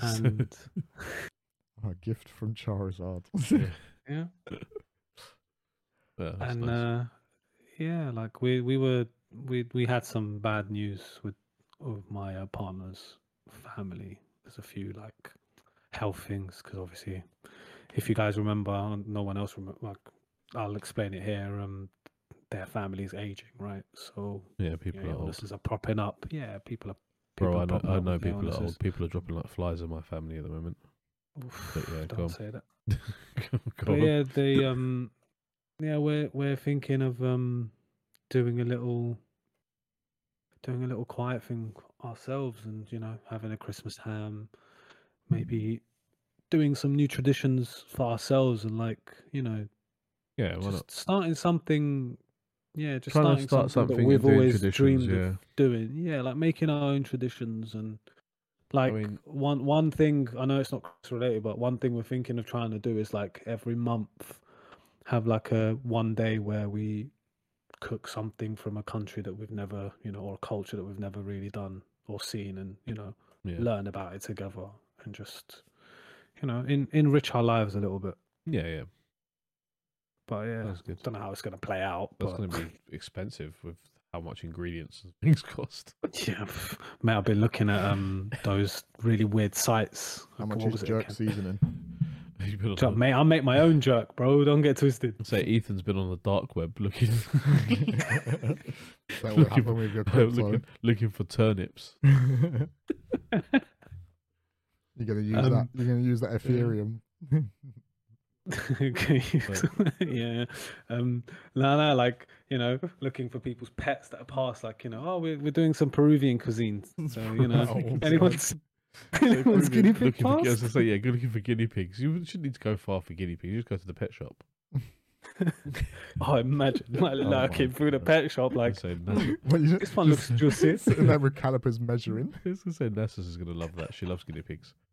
Speaker 2: And
Speaker 1: oh, A gift from Charizard.
Speaker 2: yeah.
Speaker 3: Yeah, that's
Speaker 2: and
Speaker 3: nice.
Speaker 2: uh, yeah, like we we were we we had some bad news with of my uh, partner's family. There's a few like health things because obviously, if you guys remember, and no one else remember. Like I'll explain it here. Um, their family's aging, right? So
Speaker 3: yeah,
Speaker 2: you
Speaker 3: people
Speaker 2: know,
Speaker 3: are old.
Speaker 2: illnesses are propping up. Yeah, people are.
Speaker 3: Bro,
Speaker 2: people are
Speaker 3: I know,
Speaker 2: popping
Speaker 3: I
Speaker 2: up
Speaker 3: know
Speaker 2: with
Speaker 3: people are
Speaker 2: illnesses.
Speaker 3: old. People are dropping like flies in my family at the moment.
Speaker 2: Oof,
Speaker 3: but yeah, go on.
Speaker 2: don't say that.
Speaker 3: Go
Speaker 2: But
Speaker 3: on.
Speaker 2: yeah, they um, yeah, we're we're thinking of um, doing a little, doing a little quiet thing ourselves, and you know, having a Christmas ham, maybe doing some new traditions for ourselves, and like you know,
Speaker 3: yeah, why
Speaker 2: just
Speaker 3: not?
Speaker 2: starting something. Yeah, just
Speaker 3: Trying
Speaker 2: starting
Speaker 3: to start
Speaker 2: something,
Speaker 3: something
Speaker 2: that we've
Speaker 3: and doing
Speaker 2: always
Speaker 3: traditions.
Speaker 2: dreamed
Speaker 3: Yeah,
Speaker 2: of doing. Yeah, like making our own traditions and like
Speaker 3: mean-
Speaker 2: one one thing I know it's not Christmas related, but one thing we're thinking of trying to do is like every month have like a one day where we cook something from a country that we've never, you know, or a culture that we've never really done or seen and, you know,
Speaker 3: yeah,
Speaker 2: learn about it together and just you know, in, enrich our lives a little bit.
Speaker 3: yeah, yeah.
Speaker 2: But yeah,
Speaker 3: That's good.
Speaker 2: don't know how it's gonna play out.
Speaker 3: That's
Speaker 2: but
Speaker 3: going to be expensive with how much ingredients and things cost.
Speaker 2: yeah, mate, I've been looking at um those really weird sites.
Speaker 1: How
Speaker 2: What
Speaker 1: much
Speaker 2: was
Speaker 1: is
Speaker 2: it
Speaker 1: jerk
Speaker 2: again?
Speaker 1: seasoning?
Speaker 3: You've been on
Speaker 2: Jerk,
Speaker 3: the-
Speaker 2: mate, I make my own jerk, bro. Don't get twisted.
Speaker 3: Say Ethan's been on the dark web looking,
Speaker 1: Is that what
Speaker 3: Looking-
Speaker 1: happened with your crypto?
Speaker 3: looking, looking for turnips.
Speaker 1: You're gonna use
Speaker 2: Um,
Speaker 1: that. You're gonna use that Ethereum.
Speaker 2: Okay. yeah. Um, no, no, like, you know, looking for people's pets that are past, like, you know, oh, we're, we're doing some Peruvian cuisine. So, you know,
Speaker 1: Oh,
Speaker 2: anyone's,
Speaker 3: So
Speaker 2: anyone's
Speaker 3: probably
Speaker 2: guinea pig
Speaker 3: looking for, I was
Speaker 2: past?
Speaker 3: gonna say, yeah, good looking for guinea pigs. You shouldn't need to go far for guinea pigs. You just go to the pet shop.
Speaker 2: Oh, imagine, like,
Speaker 1: Oh my
Speaker 2: lurking through the
Speaker 1: goodness.
Speaker 2: pet shop,
Speaker 3: Like,
Speaker 2: like,
Speaker 3: say, Nas-
Speaker 1: What you
Speaker 2: this one looks juicy.
Speaker 1: sitting there with calipers measuring?
Speaker 3: I was gonna say Nessus is gonna love that. She loves guinea pigs.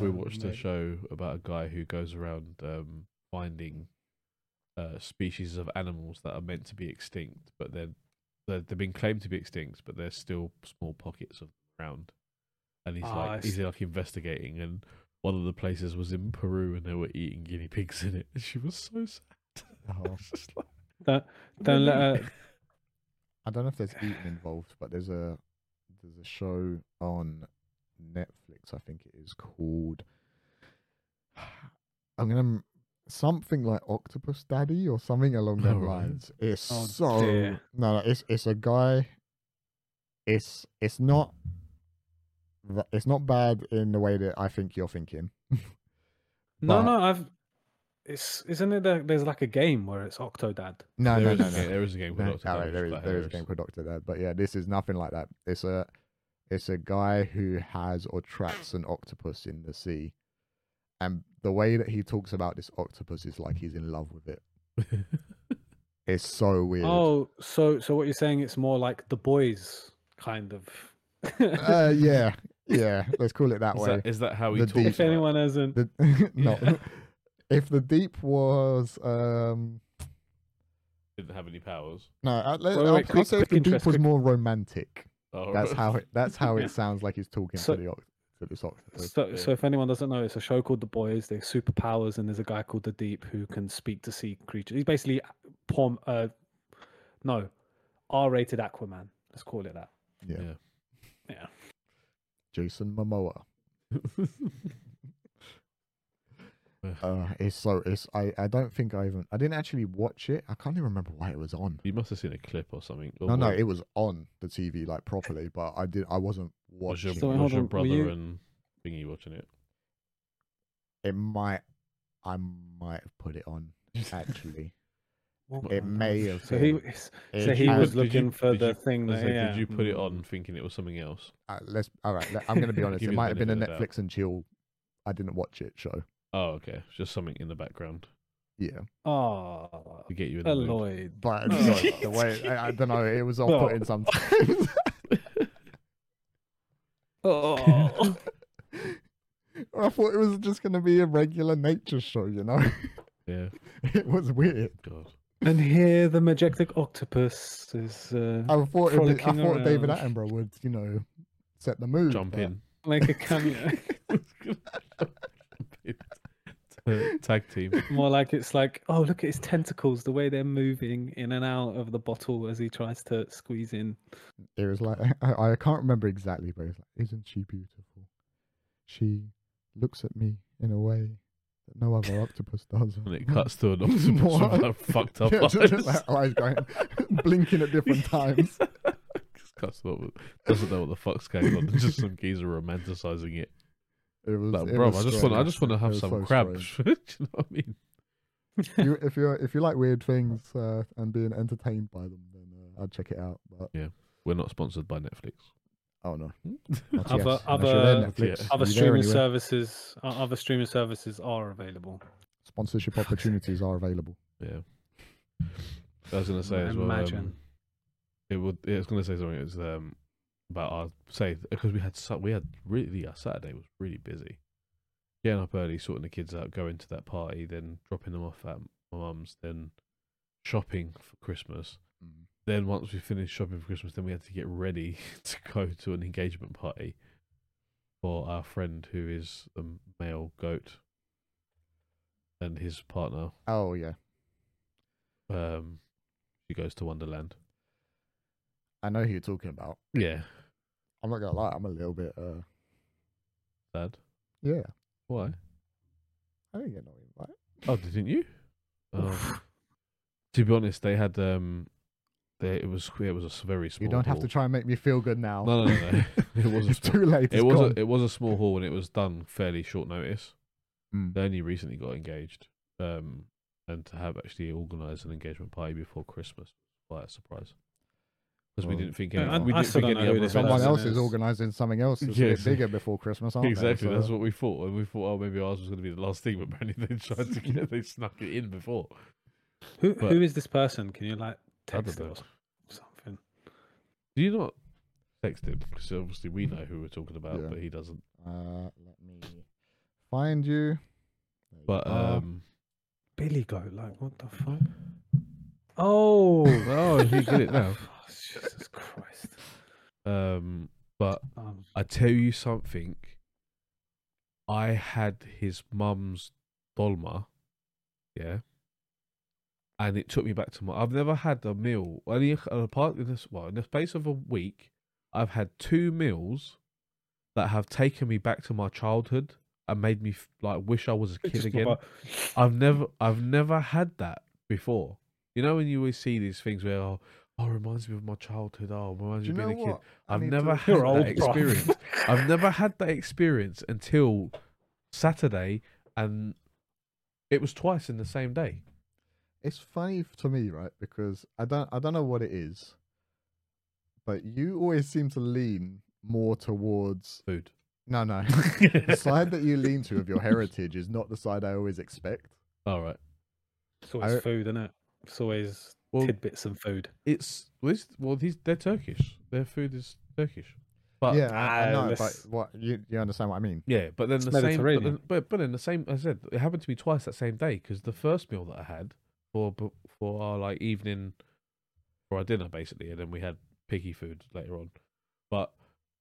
Speaker 3: we
Speaker 2: Oh,
Speaker 3: watched a
Speaker 2: mate.
Speaker 3: show about a guy who goes around um, finding uh, species of animals that are meant to be extinct, but they're, they're they've been claimed to be extinct, but they're still small pockets of around. And he's
Speaker 2: Ah, I
Speaker 3: like he's
Speaker 2: see.
Speaker 3: like investigating, and one of the places was in Peru, and they were eating guinea pigs in it. And she was so sad.
Speaker 1: Oh,
Speaker 3: It's just like,
Speaker 2: Don't- don't let
Speaker 3: really?
Speaker 2: her-
Speaker 1: I don't know if there's eating involved, but there's a there's a show on Netflix. I think it is called. I'm gonna m- something like Octopus Daddy or something along that
Speaker 3: Alright.
Speaker 1: lines. It's
Speaker 2: Oh,
Speaker 1: so
Speaker 2: dear.
Speaker 1: no, no, it's it's a guy. It's it's not. tha- It's not bad in the way that I think you're thinking.
Speaker 2: No,
Speaker 1: But-
Speaker 2: no, I've, it's, isn't it, that there's like a game where it's Octodad.
Speaker 1: No,
Speaker 3: there
Speaker 1: no,
Speaker 3: is
Speaker 1: no,
Speaker 3: a
Speaker 1: no.
Speaker 3: game- there is a game.
Speaker 1: No,
Speaker 3: called Octodad,
Speaker 1: all right,
Speaker 3: which
Speaker 1: there is there is
Speaker 3: quite
Speaker 1: a
Speaker 3: hilarious.
Speaker 1: game called Doctor Dad, but yeah, this is nothing like that. It's a it's a guy who has or traps an octopus in the sea, and the way that he talks about this octopus is like he's in love with it. It's so weird.
Speaker 2: Oh, so, so what you're saying, it's more like the boys kind of.
Speaker 3: Ah,
Speaker 1: Uh, yeah, yeah. Let's call it that
Speaker 3: Is
Speaker 1: way.
Speaker 3: that, is that how he
Speaker 1: The
Speaker 3: talks?
Speaker 1: deep-
Speaker 2: if
Speaker 3: about it?
Speaker 2: anyone hasn't,
Speaker 1: The- no,
Speaker 3: Yeah.
Speaker 1: if the deep was um
Speaker 3: didn't have any powers.
Speaker 1: no, I, let,
Speaker 2: Wait, wait,
Speaker 1: I'll,
Speaker 2: wait,
Speaker 1: I'll
Speaker 2: quick-
Speaker 1: say if the
Speaker 2: quick
Speaker 1: deep
Speaker 2: interest,
Speaker 1: was
Speaker 2: quick-
Speaker 1: more romantic.
Speaker 3: Oh,
Speaker 1: That's how it. That's how it sounds like he's talking
Speaker 2: So-
Speaker 1: to the oct- to this octopus.
Speaker 2: So,
Speaker 3: Yeah.
Speaker 2: so if anyone doesn't know, it's a show called The Boys. They have superpowers, and there's a guy called the Deep who can speak to sea creatures. He's basically a- porn, uh, no, R-rated Aquaman. Let's call it that.
Speaker 1: Yeah.
Speaker 3: Yeah.
Speaker 1: Jason Momoa.
Speaker 3: Ugh.
Speaker 1: Uh, it's so it's I I don't think I even I didn't actually watch it. I can't even remember why it was on.
Speaker 3: you must have seen a clip or something. or
Speaker 1: No, no,
Speaker 3: what-
Speaker 1: it was on the TV like properly, but I did I wasn't
Speaker 3: was your,
Speaker 1: watching.
Speaker 2: So,
Speaker 3: was
Speaker 2: hold
Speaker 3: your
Speaker 2: on, were
Speaker 3: brother
Speaker 2: you-
Speaker 3: and thingy watching it?
Speaker 1: It might I might have put it on actually.
Speaker 2: What
Speaker 1: it
Speaker 2: the hell?
Speaker 1: may have.
Speaker 2: So he,
Speaker 1: been.
Speaker 2: so
Speaker 1: It
Speaker 2: he
Speaker 1: has
Speaker 2: was
Speaker 3: Did you-
Speaker 2: looking for
Speaker 3: did
Speaker 2: the
Speaker 3: you-
Speaker 2: thing
Speaker 3: I
Speaker 2: that.
Speaker 3: said,
Speaker 2: yeah.
Speaker 3: Did you put it on
Speaker 1: Mm.
Speaker 3: thinking it was something else?
Speaker 1: uh, let's all right. let- I'm going to be honest.
Speaker 3: Give
Speaker 1: it
Speaker 3: you the
Speaker 1: might have been a
Speaker 3: benefit of the doubt.
Speaker 1: Netflix and chill. I didn't watch it show.
Speaker 3: Oh, okay. It's Just something in the background
Speaker 1: Yeah,
Speaker 2: Oh,
Speaker 3: to get you in the mood.
Speaker 2: Lloyd.
Speaker 1: but
Speaker 2: Oh.
Speaker 1: sorry, the way I, I don't know, it was off putting sometimes.
Speaker 2: Oh.
Speaker 1: I thought it was just going to be a regular nature show. You know,
Speaker 3: Yeah.
Speaker 1: it was weird.
Speaker 3: God.
Speaker 2: and here the majestic octopus is uh,
Speaker 1: I thought it was, I
Speaker 2: Frolicking
Speaker 1: thought David
Speaker 2: around.
Speaker 1: Attenborough would you know set the mood.
Speaker 3: Jump
Speaker 1: but-
Speaker 3: in.
Speaker 2: like a cameo.
Speaker 3: Tag team.
Speaker 2: More like it's like, oh, look at his tentacles, the way they're moving in and out of the bottle as he tries to squeeze in.
Speaker 1: It was like I, I can't remember exactly, but it's like, isn't she beautiful? She looks at me in a way that no other octopus does.
Speaker 3: And it
Speaker 1: I'm
Speaker 3: cuts to an octopus
Speaker 1: What?
Speaker 3: with like fucked up
Speaker 1: Yeah,
Speaker 3: eyes.
Speaker 1: just like oh, eyes going blinking at different times.
Speaker 3: Just cuts to what- doesn't know what the fuck's going on. It's just some geezer romanticising it.
Speaker 1: It was,
Speaker 3: Like,
Speaker 1: it
Speaker 3: bro,
Speaker 1: was
Speaker 3: I just want, I
Speaker 1: strange.
Speaker 3: just want to
Speaker 1: It
Speaker 3: have
Speaker 1: was
Speaker 3: some
Speaker 1: so
Speaker 3: crab.
Speaker 1: strange.
Speaker 3: Do you know what I mean?
Speaker 1: You- if you if you like weird things uh, and being entertained by them, then uh, I'd check it out. But
Speaker 3: We're not sponsored by Netflix.
Speaker 1: oh no,
Speaker 3: Hmm.
Speaker 2: Other- other- Other streaming services, uh, other streaming services are available.
Speaker 1: sponsorship opportunities are available.
Speaker 3: Yeah. I was gonna say as well.
Speaker 2: Imagine.
Speaker 3: um, it would. yeah, I was gonna say something. It was um about our say because we had su- we had really our Saturday was really busy. Getting up early, sorting the kids out, going to that party, then dropping them off at my mum's, then shopping for Christmas. Then once we finished shopping for Christmas, then we had to get ready to go to an engagement party for our friend who is a male goat and his partner
Speaker 1: Oh yeah,
Speaker 3: um, she goes to Wonderland.
Speaker 1: I know who you're talking about.
Speaker 3: Yeah,
Speaker 1: I'm not gonna lie, I'm a little bit. uh
Speaker 3: Dad.
Speaker 1: Yeah,
Speaker 3: Why?
Speaker 1: I didn't get no invite.
Speaker 3: Oh, didn't you? Oh. to be honest, they had um, they it was it was a s- very small.
Speaker 1: You don't have to
Speaker 3: hall.
Speaker 1: try and make me feel good now.
Speaker 3: No, no, no, no. It was a
Speaker 1: it's
Speaker 3: small-
Speaker 1: too late.
Speaker 3: It
Speaker 1: it's
Speaker 3: was
Speaker 1: gone.
Speaker 3: a, it was a small hall and it was done fairly short notice.
Speaker 1: Mm.
Speaker 3: They only recently got engaged, um, and to have actually organised an engagement party before Christmas was quite a surprise because we
Speaker 1: Well,
Speaker 3: didn't think
Speaker 2: Yeah,
Speaker 3: any.
Speaker 2: I-
Speaker 3: we
Speaker 2: I
Speaker 3: didn't
Speaker 2: still
Speaker 3: think
Speaker 2: don't
Speaker 3: any
Speaker 2: know who
Speaker 3: other events-
Speaker 2: this
Speaker 1: Someone
Speaker 2: That's-
Speaker 1: else is organising something else that's
Speaker 3: Yes.
Speaker 1: a bit bigger before Christmas, aren't
Speaker 3: Exactly,
Speaker 1: They?
Speaker 3: that's
Speaker 1: So-
Speaker 3: what we thought. And we thought, oh, maybe ours was going to be the last thing, but apparently they tried to get, they snuck it in before.
Speaker 2: Who,
Speaker 3: But-
Speaker 2: who is this person? Can you like
Speaker 3: I don't
Speaker 2: text
Speaker 3: know.
Speaker 2: us something?
Speaker 3: Do you not text him? Because obviously we know who we're talking about,
Speaker 1: Yeah.
Speaker 3: but he doesn't.
Speaker 1: Uh, let me find you. There you
Speaker 3: But
Speaker 1: are.
Speaker 3: um,
Speaker 2: Billy Goat, like what the fuck? Oh,
Speaker 3: oh, he did it now.
Speaker 2: Jesus Christ!
Speaker 3: Um, but
Speaker 2: Um,
Speaker 3: I tell you something. I had his mum's dolma, yeah, and it took me back to my. I've never had a meal only a- a part in this. Well, in the space of a week, I've had two meals that have taken me back to my childhood and made me f- like wish I was a kid
Speaker 2: just
Speaker 3: again.
Speaker 2: about-
Speaker 3: I've never I've never had that before. You know when you always see these things where oh, oh it reminds me of my childhood, oh it
Speaker 1: Do
Speaker 3: reminds
Speaker 1: you
Speaker 3: me of
Speaker 1: know
Speaker 3: being a kid.
Speaker 1: what? I
Speaker 3: I've
Speaker 1: need
Speaker 3: never
Speaker 1: to-
Speaker 3: had
Speaker 2: You're
Speaker 3: that
Speaker 2: old, bruv.
Speaker 3: experience. I've never had that experience until Saturday and it was twice in the same day.
Speaker 1: it's funny f- to me, right? Because I don't I don't know what it is, but you always seem to lean more towards
Speaker 3: Food.
Speaker 1: no no. the side that you lean to of your heritage is not the side I always expect.
Speaker 3: All right.
Speaker 2: It's always
Speaker 1: I-
Speaker 2: food, isn't it? It's always
Speaker 3: Well,
Speaker 2: tidbits and food.
Speaker 3: it's well, this, well these they're Turkish. Their food is Turkish. But
Speaker 1: yeah, I, I
Speaker 2: ah,
Speaker 1: know,
Speaker 2: let's-
Speaker 1: but what you you understand what I mean?
Speaker 3: Yeah, but then
Speaker 2: It's
Speaker 3: the same. But,
Speaker 2: Mediterranean.
Speaker 3: then, but but then the same. I said it happened to me twice that same day because the first meal that I had for b- for our like evening for our dinner basically, and then we had piggy food later on. But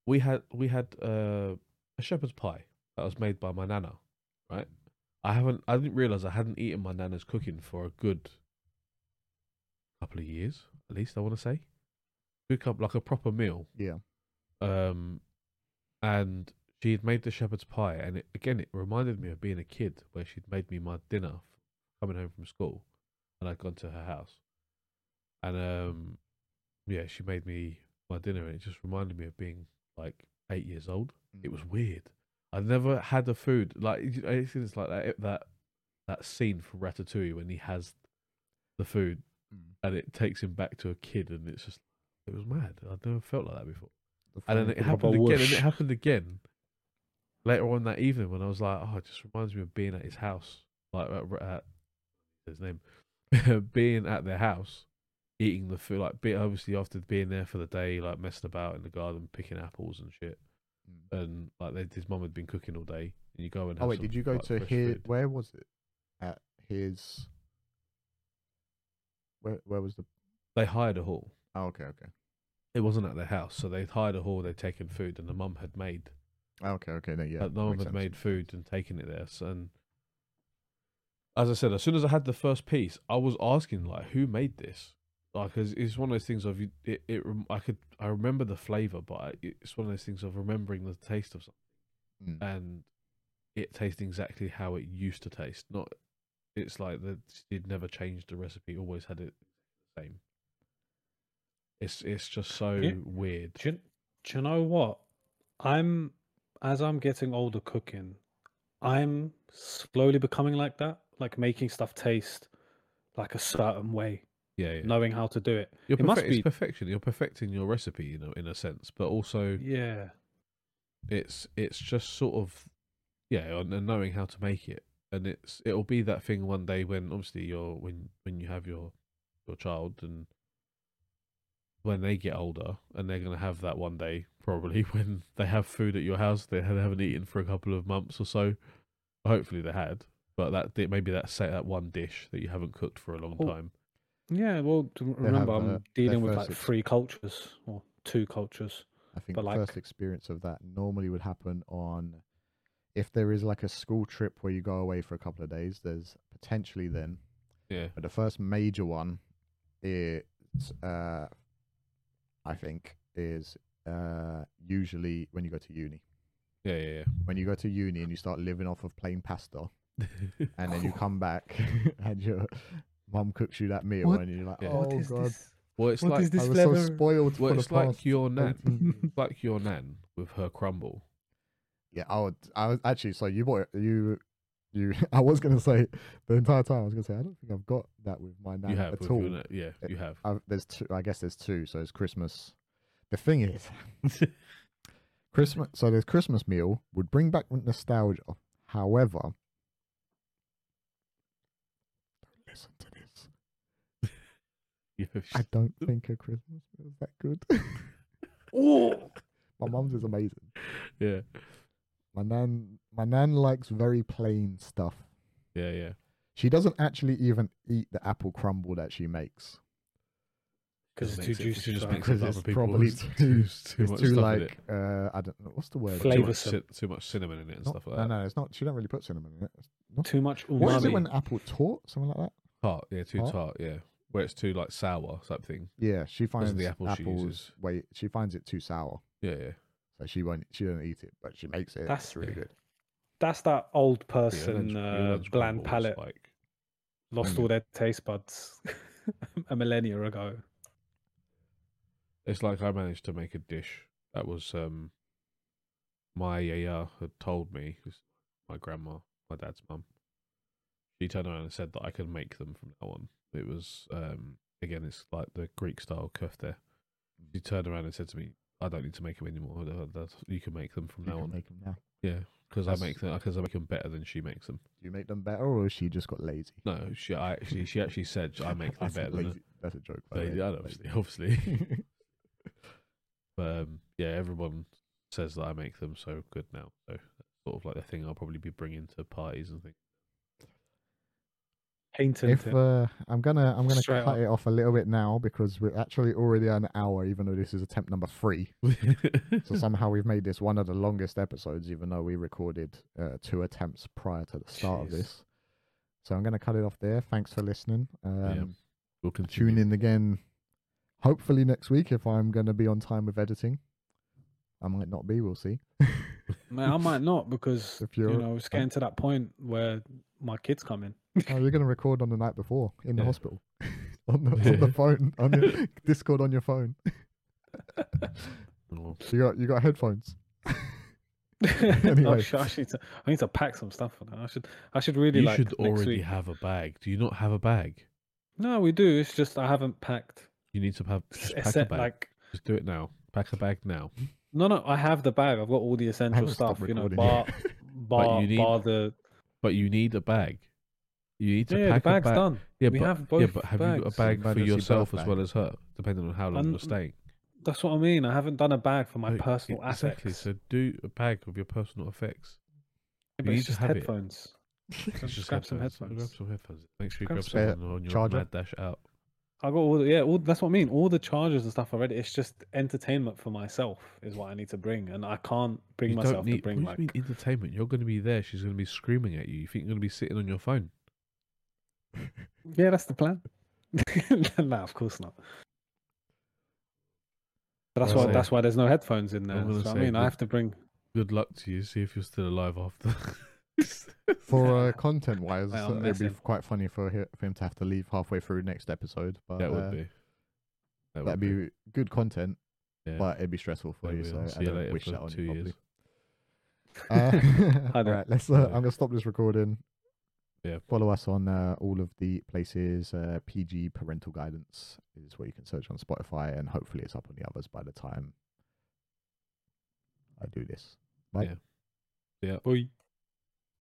Speaker 3: we had we had uh, a shepherd's pie that was made by my nana. Right, I haven't. I didn't realize I hadn't eaten my nana's cooking for a good couple of years, at least I want to say. Good couple, like a proper meal
Speaker 1: Yeah.
Speaker 3: um and she had made the shepherd's pie, and it, again it reminded me of being a kid where she'd made me my dinner f- coming home from school, and I'd gone to her house, and um, yeah, she made me my dinner, and it just reminded me of being like eight years old. It was weird. I never had a food like you- I think it's like that that that scene from Ratatouille when he has the food
Speaker 1: Mm.
Speaker 3: and it takes him back to a kid, and it's just it was mad. I've never felt like that before.
Speaker 1: The
Speaker 3: And then
Speaker 1: phone
Speaker 3: it
Speaker 1: call-
Speaker 3: happened
Speaker 2: proper
Speaker 3: again, and
Speaker 2: whoosh.
Speaker 3: it happened again later on that evening when I was like, oh, it just reminds me of being at his house, like at, at his name, being at their house, eating the food, like be, obviously after being there for the day, like messing about in the garden, picking apples and shit,
Speaker 1: Mm.
Speaker 3: and like they, his mum had been cooking all day, and you go and
Speaker 1: Oh
Speaker 3: have
Speaker 1: wait,
Speaker 3: some,
Speaker 1: did you go
Speaker 3: like,
Speaker 1: to
Speaker 3: fresh
Speaker 1: his?
Speaker 3: food.
Speaker 1: Where was it? At his. Where where was the?
Speaker 3: They hired a hall.
Speaker 1: Oh okay okay
Speaker 3: It wasn't at their house, so they'd hired a hall. They'd taken food, and the mum had made
Speaker 1: Oh, okay okay then yeah.
Speaker 3: Like, no one
Speaker 1: makes
Speaker 3: had
Speaker 1: sense.
Speaker 3: made food and taken it there. So, and as I said, as soon as I had the first piece, I was asking like, who made this? Like, 'cause it's one of those things of you. It, it rem- I could I remember the flavor, but I, it's one of those things of remembering the taste of something
Speaker 1: Mm.
Speaker 3: and it tastes exactly how it used to taste. Not it's like that she'd never changed the recipe, always had it the same. It's it's just so
Speaker 2: Yeah.
Speaker 3: weird.
Speaker 2: Do you, do you know what? I'm as I'm getting older cooking, I'm slowly becoming like that, like making stuff taste like a certain way,
Speaker 3: Yeah, yeah.
Speaker 2: knowing how to do it.
Speaker 3: You're
Speaker 2: It must
Speaker 3: perfect- it's
Speaker 2: be-
Speaker 3: perfection. You're perfecting your recipe, you know, in a sense, but also
Speaker 2: Yeah.
Speaker 3: it's it's just sort of yeah, and, and knowing how to make it, and it's it'll be that thing one day when obviously you're when when you have your your child and when they get older and they're gonna have that one day probably when they have food at your house they ha- haven't eaten for a couple of months or so. Hopefully they had, but that di- maybe that set that one dish that you haven't cooked for a long
Speaker 2: Oh,
Speaker 3: time.
Speaker 2: Yeah, well d- remember
Speaker 1: have, uh,
Speaker 2: I'm
Speaker 1: their
Speaker 2: dealing with
Speaker 1: first
Speaker 2: like
Speaker 1: ex-
Speaker 2: three cultures or two cultures.
Speaker 1: I think
Speaker 2: but, like-
Speaker 1: first experience of that normally would happen on if there is like a school trip where you go away for a couple of days. There's potentially then,
Speaker 3: Yeah,
Speaker 1: but the first major one is, uh, I think, is uh usually when you go to uni.
Speaker 3: yeah, yeah,
Speaker 1: When you go to uni and you start living off of plain pasta,
Speaker 3: yeah.
Speaker 1: and then you come back and your mum cooks you that meal,
Speaker 2: What-
Speaker 1: and you're like,
Speaker 3: Yeah.
Speaker 1: "Oh god,
Speaker 3: well, it's
Speaker 2: What
Speaker 3: like
Speaker 2: is this
Speaker 1: I was
Speaker 2: flavor?
Speaker 1: so spoiled
Speaker 3: well,
Speaker 1: for
Speaker 3: it's
Speaker 1: the
Speaker 3: like
Speaker 1: past
Speaker 3: your nan,
Speaker 1: 18 years."
Speaker 3: like your nan with her crumble.
Speaker 1: Yeah, I would. I was actually. So you bought it- you, you. I was gonna say the entire time. I was gonna say I don't think I've got that with my nan
Speaker 3: you have
Speaker 1: at
Speaker 3: with your
Speaker 1: all.
Speaker 3: na- yeah, you have.
Speaker 1: I've, there's two. I guess there's two. So it's Christmas. The thing is, Christmas. So this Christmas meal would bring back nostalgia. However, listen to this.
Speaker 3: You have
Speaker 1: I
Speaker 3: sh-
Speaker 1: don't think a Christmas meal is that good.
Speaker 2: Oh
Speaker 1: my mum's is amazing.
Speaker 3: yeah,
Speaker 1: My nan. My nan likes very plain stuff.
Speaker 3: yeah, yeah.
Speaker 1: She doesn't actually even eat the apple crumble that she makes.
Speaker 2: because it's
Speaker 3: Just
Speaker 2: too
Speaker 3: makes it-
Speaker 2: juicy.
Speaker 3: just
Speaker 2: for
Speaker 3: makes
Speaker 2: her.
Speaker 3: it
Speaker 1: Because
Speaker 3: for
Speaker 1: it's
Speaker 3: other people.
Speaker 1: probably
Speaker 3: It's
Speaker 1: too-
Speaker 3: too
Speaker 1: it's
Speaker 3: much
Speaker 1: too
Speaker 3: stuff in it.
Speaker 1: like uh, I don't know what's the word.
Speaker 3: Too
Speaker 2: Flavour
Speaker 3: much,
Speaker 2: some-
Speaker 3: cin- too much cinnamon in it and
Speaker 1: Not-
Speaker 3: stuff like
Speaker 1: no,
Speaker 3: that.
Speaker 1: no, it's not. She don't really put cinnamon in it. It's not-
Speaker 2: Too much umami.
Speaker 1: What is it when apple tart something like that?
Speaker 3: Tart, yeah, too
Speaker 1: Tart?
Speaker 3: tart, yeah. Where it's too like sour something.
Speaker 1: Yeah, she finds
Speaker 3: the apple she
Speaker 1: apples.
Speaker 3: uses.
Speaker 1: Wait, she finds it too sour,
Speaker 3: Yeah, yeah.
Speaker 1: so she won't. She don't eat it, but she makes it.
Speaker 2: That's
Speaker 1: really
Speaker 3: yeah.
Speaker 1: good.
Speaker 2: That's that old
Speaker 3: But your nan's-
Speaker 2: person
Speaker 3: your
Speaker 2: uh,
Speaker 3: nan's
Speaker 2: bland
Speaker 3: crumble is,
Speaker 2: palate
Speaker 3: Like,
Speaker 2: lost
Speaker 1: Mm.
Speaker 2: all their taste buds a millennia ago.
Speaker 3: it's like I managed to make a dish that was um my yaya had told me, who's my grandma, my dad's mum. She turned around and said that I could make them from now on. It was um again, it's like the Greek style kofte. She turned around and said to me, "I don't need to make them anymore. Th- that's- you can make them from
Speaker 1: You
Speaker 3: now
Speaker 1: can
Speaker 3: on.
Speaker 1: make 'em now.
Speaker 3: Yeah, because I
Speaker 1: That's-
Speaker 3: make them because I make them better than she makes them.
Speaker 1: Do you make them better, or has she just got lazy?
Speaker 3: No, she I actually she actually said I make them
Speaker 1: That's a
Speaker 3: better than her.
Speaker 1: lazy- That's a joke. by the
Speaker 3: They,
Speaker 1: way.
Speaker 3: I know,
Speaker 1: Lazy.
Speaker 3: obviously, obviously. but um, yeah, everyone says that I make them so good now. So that's sort of like the thing I'll probably be bringing to parties and things.
Speaker 2: Painted
Speaker 1: if
Speaker 2: it.
Speaker 1: uh, I'm gonna I'm gonna
Speaker 2: Straight
Speaker 1: cut
Speaker 2: up.
Speaker 1: it off a little bit now because we're actually already at an hour, even though this is attempt number three.
Speaker 2: Hmm.
Speaker 1: So somehow we've made this one of the longest episodes, even though we recorded uh, two attempts prior to the start
Speaker 2: Jeez.
Speaker 1: of this. So I'm gonna cut it off there. Thanks for listening. Um,
Speaker 3: we'll
Speaker 1: Tune
Speaker 3: continue.
Speaker 1: in again, hopefully next week if I'm gonna be on time with editing. I might not be. We'll see.
Speaker 2: Man, I might not because
Speaker 1: If
Speaker 2: you
Speaker 1: you're-
Speaker 2: know it's getting to that point where my kids come in.
Speaker 1: Oh, you're going to record on the night before in the
Speaker 3: Yeah.
Speaker 1: hospital on, the, on the
Speaker 3: Yeah.
Speaker 1: phone on your Discord on your phone.
Speaker 3: Oh,
Speaker 1: You got you got headphones.
Speaker 2: I,
Speaker 1: Anyway.
Speaker 2: should, I, should, I need to pack some stuff. For that. I should I should really
Speaker 3: you
Speaker 2: like
Speaker 3: should
Speaker 2: next
Speaker 3: already
Speaker 2: week-
Speaker 3: have a bag. Do you not have a bag?
Speaker 2: No, we do. It's just I haven't packed.
Speaker 3: You need to have just pack a
Speaker 2: Except
Speaker 3: bag.
Speaker 2: like
Speaker 3: Just do it now. Pack a bag now.
Speaker 2: no, no. I have the bag. I've got all the essential
Speaker 1: haven't stopped
Speaker 2: stuff. You know,
Speaker 1: recording
Speaker 2: bar,
Speaker 1: yet.
Speaker 2: bar,
Speaker 3: you need-
Speaker 2: bar the
Speaker 3: But you need a bag. You need to
Speaker 2: yeah. The
Speaker 3: pack a
Speaker 2: bag's
Speaker 3: bag.
Speaker 2: done.
Speaker 3: Yeah,
Speaker 2: we
Speaker 3: but
Speaker 2: have both.
Speaker 3: yeah, but have you got
Speaker 2: bags.
Speaker 3: a bag for
Speaker 1: Emergency
Speaker 3: yourself
Speaker 1: birth
Speaker 3: as
Speaker 1: bag.
Speaker 3: well as her, depending on how long
Speaker 2: Um,
Speaker 3: you're staying?
Speaker 2: That's what I mean. I haven't done a bag for my
Speaker 3: No,
Speaker 2: personal
Speaker 3: e- Exactly.
Speaker 2: assets.
Speaker 3: So do a bag of your personal effects.
Speaker 2: Yeah,
Speaker 3: you
Speaker 2: but
Speaker 3: need
Speaker 2: it's
Speaker 3: to
Speaker 2: just
Speaker 3: have it.
Speaker 2: headphones. So
Speaker 3: Just
Speaker 2: just grab some
Speaker 3: Grab
Speaker 2: headphones.
Speaker 3: some headphones. Make sure you
Speaker 2: Grab
Speaker 3: grab
Speaker 1: spare
Speaker 3: some on your
Speaker 1: charger.
Speaker 3: mad dash out.
Speaker 2: I got all the, yeah, all that's what I mean. All the charges and stuff already. It's just entertainment for myself is what I need to bring, and I can't bring
Speaker 3: you
Speaker 2: myself
Speaker 3: don't need.
Speaker 2: to bring
Speaker 3: what do
Speaker 2: like
Speaker 3: you mean entertainment? You're going to be there. She's going to be screaming at you. You think you're going to be sitting on your phone?
Speaker 2: yeah, that's the plan. no, of course not. But that's
Speaker 3: Well,
Speaker 2: why
Speaker 3: say-
Speaker 2: that's why there's no headphones in there.
Speaker 3: I'm gonna
Speaker 2: So I
Speaker 3: say
Speaker 2: mean, I
Speaker 3: good-
Speaker 2: have to bring.
Speaker 3: Good luck to you. See if you're still alive after.
Speaker 1: For uh, content wise,
Speaker 2: Well, I'm
Speaker 1: it'd be
Speaker 2: messing.
Speaker 1: quite funny for, hi- for him to have to leave halfway through next episode. But
Speaker 3: that
Speaker 1: uh,
Speaker 3: would be. That
Speaker 1: that'd be good content,
Speaker 3: Yeah.
Speaker 1: but it'd be stressful for
Speaker 3: There
Speaker 1: you.
Speaker 3: we
Speaker 1: So
Speaker 3: are.
Speaker 1: I
Speaker 3: See you
Speaker 1: don't
Speaker 3: later
Speaker 1: wish
Speaker 3: for
Speaker 1: that on
Speaker 3: two
Speaker 1: you.
Speaker 3: years.
Speaker 1: probably. Uh,
Speaker 2: Hi there.
Speaker 1: right, let's. Uh,
Speaker 3: Hello.
Speaker 1: I'm gonna stop this recording.
Speaker 3: Yeah.
Speaker 1: Follow us on uh, all of the places. Uh, PG Parental Guidance is what you can search on Spotify, and hopefully it's up on the others by the time I do this.
Speaker 3: Yeah.
Speaker 2: Oi.